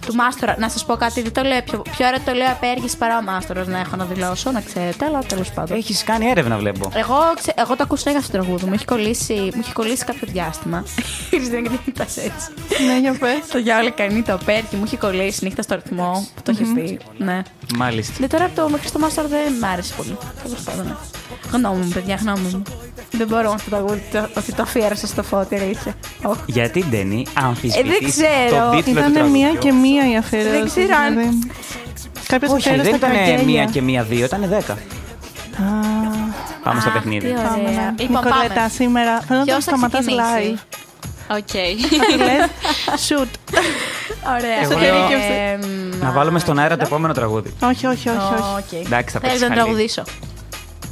[SPEAKER 2] Του Μάστορα. Να σας πω κάτι, δεν το λέω. Πιο, πιο ωραία το λέω απέργηση παρά ο Μάστορα να έχω να δηλώσω, να ξέρετε, αλλά τέλος πάντων.
[SPEAKER 3] Έχεις κάνει έρευνα, βλέπω.
[SPEAKER 2] Εγώ, ξε- εγώ το ακούσα για αυτό το τραγούδι. Μου έχει κολλήσει, μου έχει κολλήσει κάποιο διάστημα. Χριστίνα, γιατί κοιτά έτσι.
[SPEAKER 5] Ναι, για πες.
[SPEAKER 2] Το διάολο κάνει το πέρκι, μου έχει κολλήσει νύχτα στο ρυθμό που το έχεις πει. Ναι.
[SPEAKER 3] Μάλιστα.
[SPEAKER 2] Ναι, τώρα από το μέχρι στο Μάστορ δεν μ' άρεσε πολύ. Τέλος πάντων. ναι. Γνώμη μου, παιδιά, γνώμη μου. Δεν μπορώ αυτό το τραγούδι το- ότι το αφιέρωσα στο φώτι, αλήθεια. Οχ.
[SPEAKER 3] Γιατί Ντένι, αμφισβητείς
[SPEAKER 2] Ε, δεν ξέρω.
[SPEAKER 3] το τίτλο του
[SPEAKER 5] Ήταν μία
[SPEAKER 3] τραγουδιού.
[SPEAKER 5] και μία η αφιέρωση. δηλαδή.
[SPEAKER 2] Δεν ξέρω αν-
[SPEAKER 5] Κάποιος
[SPEAKER 3] Όχι,
[SPEAKER 5] αφιέρωσε
[SPEAKER 3] δεν
[SPEAKER 5] τα
[SPEAKER 3] ήταν
[SPEAKER 5] καγγέλια.
[SPEAKER 3] μία και μία δύο, ήταν δέκα.
[SPEAKER 5] Α,
[SPEAKER 3] Πάμε στο
[SPEAKER 2] Αχ, τι
[SPEAKER 3] παιχνίδι.
[SPEAKER 2] ωραία.
[SPEAKER 5] πάμε, ναι.
[SPEAKER 2] Λοιπόν,
[SPEAKER 5] Νικολέτα,
[SPEAKER 2] πάμε.
[SPEAKER 5] σήμερα θέλω να
[SPEAKER 2] Ποιος
[SPEAKER 5] το
[SPEAKER 2] θα
[SPEAKER 5] σταματάς live.
[SPEAKER 2] ξεκινήσει?
[SPEAKER 4] Οκ.
[SPEAKER 5] Θα του λες, shoot.
[SPEAKER 2] Ωραία.
[SPEAKER 3] Εγώ
[SPEAKER 2] ωραία.
[SPEAKER 3] λέω-
[SPEAKER 2] Εμ,
[SPEAKER 3] Να βάλουμε στον αέρα το επόμενο τραγούδι.
[SPEAKER 5] Όχι, όχι, όχι. όχι.
[SPEAKER 2] οκ.
[SPEAKER 3] Εντάξει, θα
[SPEAKER 2] Θέλεις
[SPEAKER 3] παίξει
[SPEAKER 2] να
[SPEAKER 3] χαλί.
[SPEAKER 2] τραγουδήσω.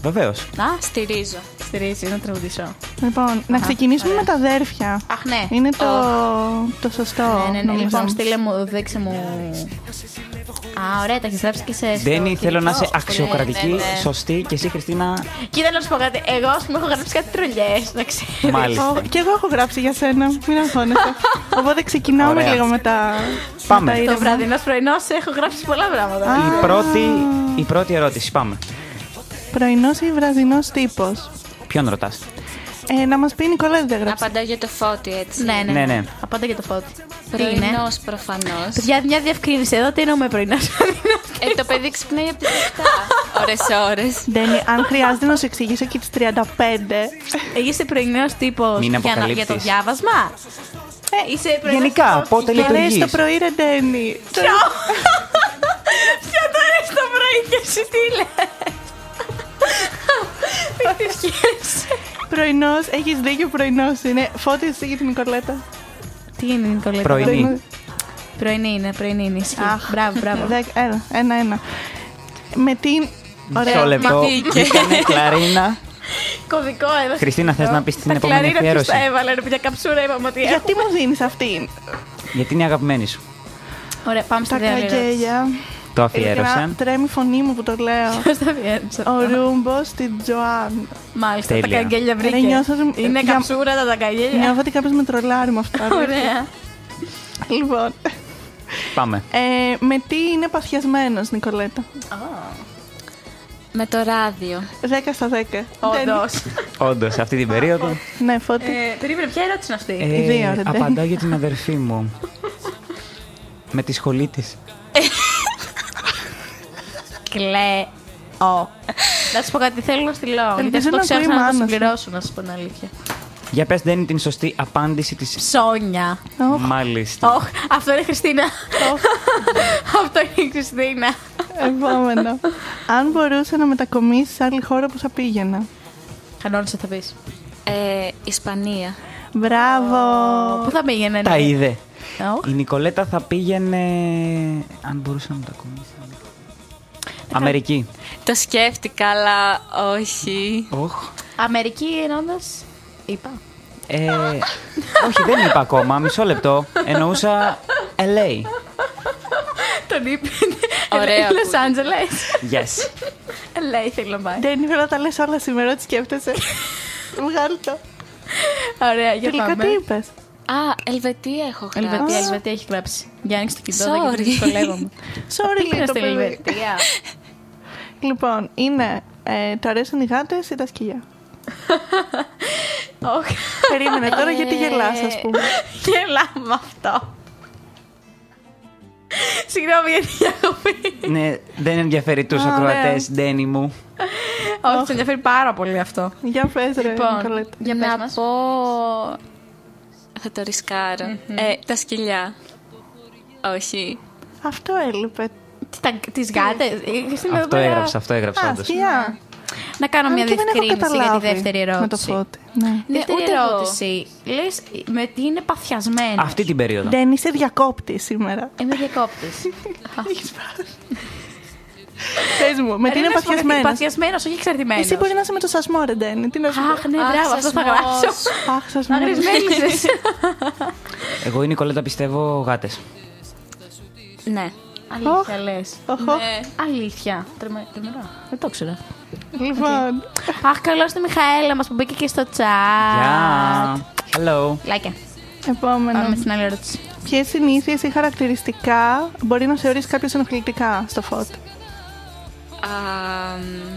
[SPEAKER 3] Βεβαίως.
[SPEAKER 2] Να,
[SPEAKER 4] Στηρίζω.
[SPEAKER 2] στηρίζει, να τραγουδήσω.
[SPEAKER 5] Λοιπόν, να ξεκινήσουμε με τα αδέρφια.
[SPEAKER 2] Αχ, ναι.
[SPEAKER 5] Είναι το, το σωστό.
[SPEAKER 2] Ναι, ναι, ναι.
[SPEAKER 5] νομίζω.
[SPEAKER 2] Λοιπόν, στείλε μου, δείξε μου. Α, ωραία, τα έχει γράψει και σε. στο
[SPEAKER 3] Ντένι, θέλω να είσαι
[SPEAKER 2] κινητό.
[SPEAKER 3] αξιοκρατική,
[SPEAKER 4] Ναι, ναι.
[SPEAKER 3] σωστή και εσύ, Χριστίνα.
[SPEAKER 2] Κοίτα να σου πω κάτι. Εγώ, ας πούμε, έχω γράψει κάτι τρολιές. Να ξέρεις.
[SPEAKER 3] Μάλιστα.
[SPEAKER 5] Ω, και εγώ έχω γράψει για σένα. Μην αγχώνεσαι. Οπότε ξεκινάμε
[SPEAKER 3] Ωραία.
[SPEAKER 5] λίγο με τα.
[SPEAKER 3] Πάμε.
[SPEAKER 5] με τα
[SPEAKER 2] Το
[SPEAKER 5] ήρεμα.
[SPEAKER 2] βράδυ, ένα πρωινός, έχω γράψει πολλά πράγματα.
[SPEAKER 3] Η πρώτη, η πρώτη ερώτηση. Πάμε.
[SPEAKER 5] Πρωινός ή βραδινός τύπος.
[SPEAKER 3] Ποιον ρωτάς.
[SPEAKER 5] Ε, να μας πει η Νικόλα δεν τα γράψει.
[SPEAKER 4] Απαντάω για το φώτι έτσι.
[SPEAKER 2] Ναι, ναι.
[SPEAKER 3] Ναι, ναι.
[SPEAKER 2] Απάντα για το φώτι. Τι είναι.
[SPEAKER 4] Πρωινός προφανώς.
[SPEAKER 2] Παιδιά, μια διευκρίνηση εδώ, τι εννοούμε πρωινός.
[SPEAKER 4] Ε, το παιδί ξυπνάει από τι 7 ώρες ώρες.
[SPEAKER 5] Ντένι, αν χρειάζεται να σου εξηγήσω και τι 35.
[SPEAKER 2] Είσαι πρωινός τύπος
[SPEAKER 3] Μην
[SPEAKER 2] για, να- για
[SPEAKER 3] αποκαλύπτεις.
[SPEAKER 2] το διάβασμα. Ε, είσαι πρωινός
[SPEAKER 3] Γενικά,
[SPEAKER 2] τύπος
[SPEAKER 3] πότε
[SPEAKER 2] για-
[SPEAKER 5] Το λέει το
[SPEAKER 3] λειτουργεί.
[SPEAKER 5] πρωί, ρε Ντένι.
[SPEAKER 2] Ποια τώρα στο πρωί και εσύ τι λες. Μην τη σκέφτεσαι.
[SPEAKER 5] Πρωινός, έχεις δίκιο πρωινός είναι. Φώτη εσύ για την Νικολέτα.
[SPEAKER 2] Τι είναι, Νικολέτα.
[SPEAKER 3] Πρωινή.
[SPEAKER 2] Πρωινή είναι, πρωινή είναι. ισχύει.
[SPEAKER 5] Αχ.
[SPEAKER 2] Μπράβο, μπράβο.
[SPEAKER 5] Δέκα- Έλα, ένα-ένα. με την.
[SPEAKER 3] Μισό λεπτό.
[SPEAKER 4] μαθήκε.
[SPEAKER 3] Βγήκανε κλαρίνα.
[SPEAKER 2] Κωδικό έδωσε.
[SPEAKER 3] Χριστίνα, θες να πεις την επόμενη
[SPEAKER 2] ποιος τα
[SPEAKER 3] αφιέρωση?
[SPEAKER 2] έβαλε, ρε παιδιά, καψούρα είπαμε ότι έχουμε.
[SPEAKER 5] Γιατί μου δίνεις αυτήν
[SPEAKER 3] Γιατί είναι η αγαπημένη σου.
[SPEAKER 2] Ωραία, πάμε
[SPEAKER 5] τα
[SPEAKER 2] στη δεύτερη ερώτηση.
[SPEAKER 5] καγκέλια.
[SPEAKER 3] Το
[SPEAKER 5] Ειλικρινά,
[SPEAKER 3] αφιέρωσαν.
[SPEAKER 5] Τρέμει η φωνή μου που το λέω.
[SPEAKER 2] Ποιος τα αφιέρωσε
[SPEAKER 5] Ο
[SPEAKER 2] αυτά?
[SPEAKER 5] Ρούμπο στην Τζοάν.
[SPEAKER 2] Μάλιστα, τα
[SPEAKER 3] Τέλεια.
[SPEAKER 2] καγκέλια βρήκε.
[SPEAKER 5] Ρε, νιώθω ότι-
[SPEAKER 2] Είναι
[SPEAKER 5] για-
[SPEAKER 2] καψούρα τα καγκέλια.
[SPEAKER 5] Νιώθω ότι κάποιος με τρολάρει με αυτά.
[SPEAKER 2] Ε. Ωραία.
[SPEAKER 5] Λοιπόν.
[SPEAKER 3] Πάμε.
[SPEAKER 5] Ε, με τι είναι παθιασμένος, Νικολέτα.
[SPEAKER 4] Με το ράδιο.
[SPEAKER 5] 10 στα 10.
[SPEAKER 2] Όντω.
[SPEAKER 3] Όντω, αυτή την περίοδο.
[SPEAKER 5] Δεν- Ναι,
[SPEAKER 2] Ε.
[SPEAKER 5] φώτη.
[SPEAKER 2] Περίμενε, ποια ερώτηση είναι αυτή.
[SPEAKER 3] Ε,
[SPEAKER 5] δύο, ρε,
[SPEAKER 3] απαντάω για την αδερφή μου. Με τη σχολή της.
[SPEAKER 2] Κλαίω. Να σου πω κάτι, θέλω να στυλώ. Γιατί
[SPEAKER 5] Ελπίζω
[SPEAKER 2] αυτό
[SPEAKER 5] να
[SPEAKER 2] ξέρω
[SPEAKER 5] ακούει
[SPEAKER 2] να
[SPEAKER 5] η
[SPEAKER 2] το
[SPEAKER 5] μάνα σου.
[SPEAKER 2] συμπληρώσω, να σου πω την αλήθεια.
[SPEAKER 3] Για πες δεν είναι την σωστή απάντηση της
[SPEAKER 2] Ψώνια.
[SPEAKER 3] μάλιστα.
[SPEAKER 2] Οχ, αυτό είναι η Χριστίνα. Αυτό είναι η Χριστίνα.
[SPEAKER 5] Επόμενο. Αν μπορούσε να μετακομίσεις σε άλλη χώρα που θα πήγαινα.
[SPEAKER 2] Κανόνισε θα πεις.
[SPEAKER 4] Ε, Ισπανία.
[SPEAKER 5] Μπράβο.
[SPEAKER 2] Πού θα πήγαινε,
[SPEAKER 3] Τα
[SPEAKER 2] ναι.
[SPEAKER 3] είδε.
[SPEAKER 2] Οχ.
[SPEAKER 3] Η Νικολέτα θα πήγαινε... Αν μπορούσε να μετακομίσει. Αμερική.
[SPEAKER 4] Το σκέφτηκα, αλλά όχι.
[SPEAKER 3] Οχ.
[SPEAKER 2] Αμερική ενώντας, είπα.
[SPEAKER 3] Ε, όχι, δεν είπα ακόμα. Μισό λεπτό. Εννοούσα LA.
[SPEAKER 2] Τον είπε.
[SPEAKER 4] Ωραία
[SPEAKER 2] Λος Άντζελες.
[SPEAKER 3] Yes.
[SPEAKER 2] Λέει θέλω να πάει.
[SPEAKER 5] Δεν ήθελα να τα λες όλα σήμερα, ό,τι σκέφτεσαι. Βγάλει το.
[SPEAKER 2] Ωραία, για
[SPEAKER 5] Τελικά
[SPEAKER 2] πάμε.
[SPEAKER 5] τι είπες.
[SPEAKER 4] Α, Ελβετία έχω γράψει.
[SPEAKER 2] Ελβετία, Ελβετία έχει γράψει. Για άνοιξε το κινητό,
[SPEAKER 4] Sorry.
[SPEAKER 2] γιατί δυσκολεύομαι.
[SPEAKER 5] Sorry,
[SPEAKER 2] Πήγαινε
[SPEAKER 5] λέει το
[SPEAKER 2] στην
[SPEAKER 5] παιδί.
[SPEAKER 2] Ελβετία.
[SPEAKER 5] Λοιπόν, είναι. ε, του αρέσουν οι γάτες ή τα σκυλιά.
[SPEAKER 2] Οχ,
[SPEAKER 5] Περίμενε τώρα
[SPEAKER 2] Ε.
[SPEAKER 5] γιατί γελάς, ας πούμε.
[SPEAKER 2] γελάμε αυτό. Συγγνώμη για τη διακοπή.
[SPEAKER 3] ναι, δεν ενδιαφέρει τους ακροατές, Ντένι μου.
[SPEAKER 2] Όχι, σε ενδιαφέρει πάρα πολύ αυτό.
[SPEAKER 5] Για πες, ρε.
[SPEAKER 2] Λοιπόν,
[SPEAKER 5] Νικολέτα.
[SPEAKER 2] για πες
[SPEAKER 4] να
[SPEAKER 2] μας.
[SPEAKER 4] πω. Θα το ρισκαρω Ε, τα σκυλιά. Όχι.
[SPEAKER 5] Αυτό έλειπε.
[SPEAKER 2] Τι τα- Τις γάτες. Χριστίνα, εδώ
[SPEAKER 3] Αυτό
[SPEAKER 2] πέρα-
[SPEAKER 3] έγραψα, αυτό έγραψα
[SPEAKER 5] Α,
[SPEAKER 3] όντως.
[SPEAKER 5] σκυλιά.
[SPEAKER 2] Να κάνω μια
[SPEAKER 5] Αν και δεν έχω
[SPEAKER 2] διευκρίνηση για τη
[SPEAKER 5] καταλάβει
[SPEAKER 2] δεύτερη
[SPEAKER 5] Με το
[SPEAKER 2] ερώτηση.
[SPEAKER 5] φώτι. Ναι.
[SPEAKER 2] Ναι,
[SPEAKER 4] Δεύτερη
[SPEAKER 2] ούτε
[SPEAKER 4] εγώ.
[SPEAKER 2] ερώτηση. Λες με τι είναι παθιασμένος.
[SPEAKER 3] Αυτή την περίοδο.
[SPEAKER 5] Δεν είσαι διακόπτης σήμερα.
[SPEAKER 2] Είμαι διακόπτης.
[SPEAKER 5] Πε μου, με τι είναι παθιασμένος.
[SPEAKER 2] Παθιασμένος, όχι εξαρτημένο.
[SPEAKER 5] Εσύ μπορεί να είσαι με το σασμό, ρε Ντένι. Τι να σου
[SPEAKER 2] Αχ,
[SPEAKER 5] πω.
[SPEAKER 2] ναι,
[SPEAKER 4] Αχ,
[SPEAKER 2] μπράβο, αυτό θα
[SPEAKER 4] σασμός.
[SPEAKER 2] γράψω.
[SPEAKER 5] Αχ, σασμός.
[SPEAKER 2] Αγρισμένοι
[SPEAKER 3] Εγώ η Νικολέτα πιστεύω γάτες.
[SPEAKER 4] Ναι.
[SPEAKER 2] Αλήθεια λε.
[SPEAKER 5] Οχο.
[SPEAKER 2] Ναι.
[SPEAKER 4] Ε,
[SPEAKER 2] Αλήθεια. Τρεμε- Τρεμερό. Δεν το ήξερα.
[SPEAKER 5] Λοιπόν,
[SPEAKER 2] Αχ, καλώς τη Μιχαέλα μας που μπήκε και στο chat.
[SPEAKER 3] Γεια. Hello.
[SPEAKER 2] Λάκια. Πάμε
[SPEAKER 5] επόμενο.
[SPEAKER 2] στην άλλη ερώτηση.
[SPEAKER 5] Ποιες συνήθειες ή χαρακτηριστικά μπορεί να θεωρήσει κάποιος ενοχλητικά στο φώτι.
[SPEAKER 4] α, μ,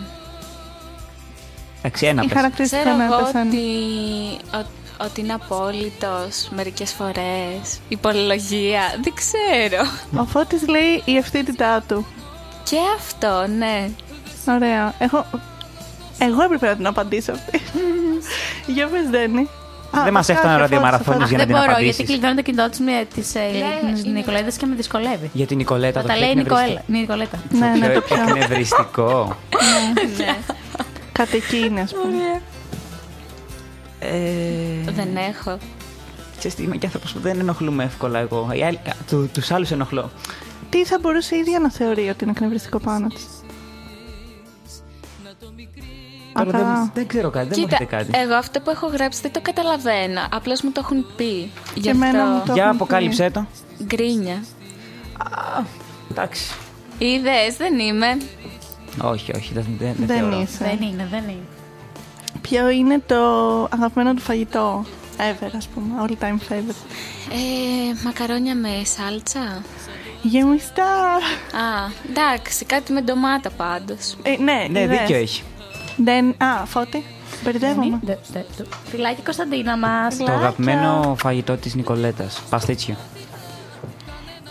[SPEAKER 3] Εντάξει, ένα
[SPEAKER 5] Η
[SPEAKER 3] πες.
[SPEAKER 5] χαρακτηριστικά
[SPEAKER 4] Ξέρω
[SPEAKER 5] να
[SPEAKER 4] εγώ
[SPEAKER 5] έπεσαν.
[SPEAKER 4] ότι, ο- ότι είναι απόλυτος μερικές φορές, υπολογία, δεν ξέρω.
[SPEAKER 5] Ο Φώτης λέει η ευθύτητά του.
[SPEAKER 4] Και αυτό, ναι.
[SPEAKER 5] Ωραία. Έχω... Εγώ έπρεπε να την απαντήσω αυτή. Για πες, Ντένι. Α,
[SPEAKER 3] Δεν μας
[SPEAKER 5] ο
[SPEAKER 3] έφταναν
[SPEAKER 5] Σκάρφιος,
[SPEAKER 3] ραδιομαραθώνιος
[SPEAKER 5] Φώτης,
[SPEAKER 3] για
[SPEAKER 2] Δεν
[SPEAKER 3] να την
[SPEAKER 2] μπορώ, γιατί
[SPEAKER 3] απαντήσεις.
[SPEAKER 2] κλειδώνω το κινητό τη Νικολέτα και ε, με δυσκολεύει.
[SPEAKER 3] Για την Νικολέτα
[SPEAKER 2] Θα τα
[SPEAKER 3] το πιο
[SPEAKER 2] λέει η
[SPEAKER 3] εκνευριστικό.
[SPEAKER 2] Νικοέλα- Νικολέτα.
[SPEAKER 5] ο Φώτης. Ναι, ναι, το
[SPEAKER 3] Πιο
[SPEAKER 5] πιάνω.
[SPEAKER 3] εκνευριστικό.
[SPEAKER 5] Κατ' εκεί είναι, ας πούμε.
[SPEAKER 4] Δεν έχω.
[SPEAKER 3] Ξέρεις τι, είμαι και άνθρωπος που δεν ενοχλούμε εύκολα εγώ. Οι άλλοι- α, του- Τους άλλους ενοχλώ.
[SPEAKER 5] Τι θα μπορούσε η ίδια να θεωρεί ότι είναι εκνευριστικό πάνω της.
[SPEAKER 3] Τώρα δεν, δεν ξέρω κάτι, δεν μου έχετε κάτι.
[SPEAKER 5] ε,
[SPEAKER 4] εγώ αυτό που έχω γράψει δεν το καταλαβαίνω. Απλώς μου το έχουν πει. Γι'
[SPEAKER 5] εμένα μου
[SPEAKER 4] αυτό.
[SPEAKER 5] το-
[SPEAKER 3] Για
[SPEAKER 5] έχουν
[SPEAKER 3] αποκάλυψέ το.
[SPEAKER 4] Γκρίνια.
[SPEAKER 3] Εντάξει.
[SPEAKER 4] Είδες, δεν είμαι.
[SPEAKER 3] Όχι, όχι, δεν, δεν, δεν
[SPEAKER 5] Δεν
[SPEAKER 3] θεωρώ.
[SPEAKER 5] είσαι.
[SPEAKER 2] Δεν είναι, δεν είναι.
[SPEAKER 5] Ποιο είναι το αγαπημένο του φαγητό. Ever, ας πούμε. All time favorite.
[SPEAKER 4] Ε, μακαρόνια με σάλτσα.
[SPEAKER 5] Γεμιστά.
[SPEAKER 4] Α, εντάξει, κάτι με ντομάτα πάντως.
[SPEAKER 5] Ε, ναι,
[SPEAKER 3] Ναι,
[SPEAKER 5] είδες.
[SPEAKER 3] δίκιο έχει.
[SPEAKER 5] Δεν... Α, Φώτη.
[SPEAKER 4] Ναι,
[SPEAKER 5] Μπερδεύομαι.
[SPEAKER 2] Δε- δε- δε- Φιλάκια Κωνσταντίνα μας.
[SPEAKER 3] Το αγαπημένο φαγητό της Νικολέτας. Παστίτσιο.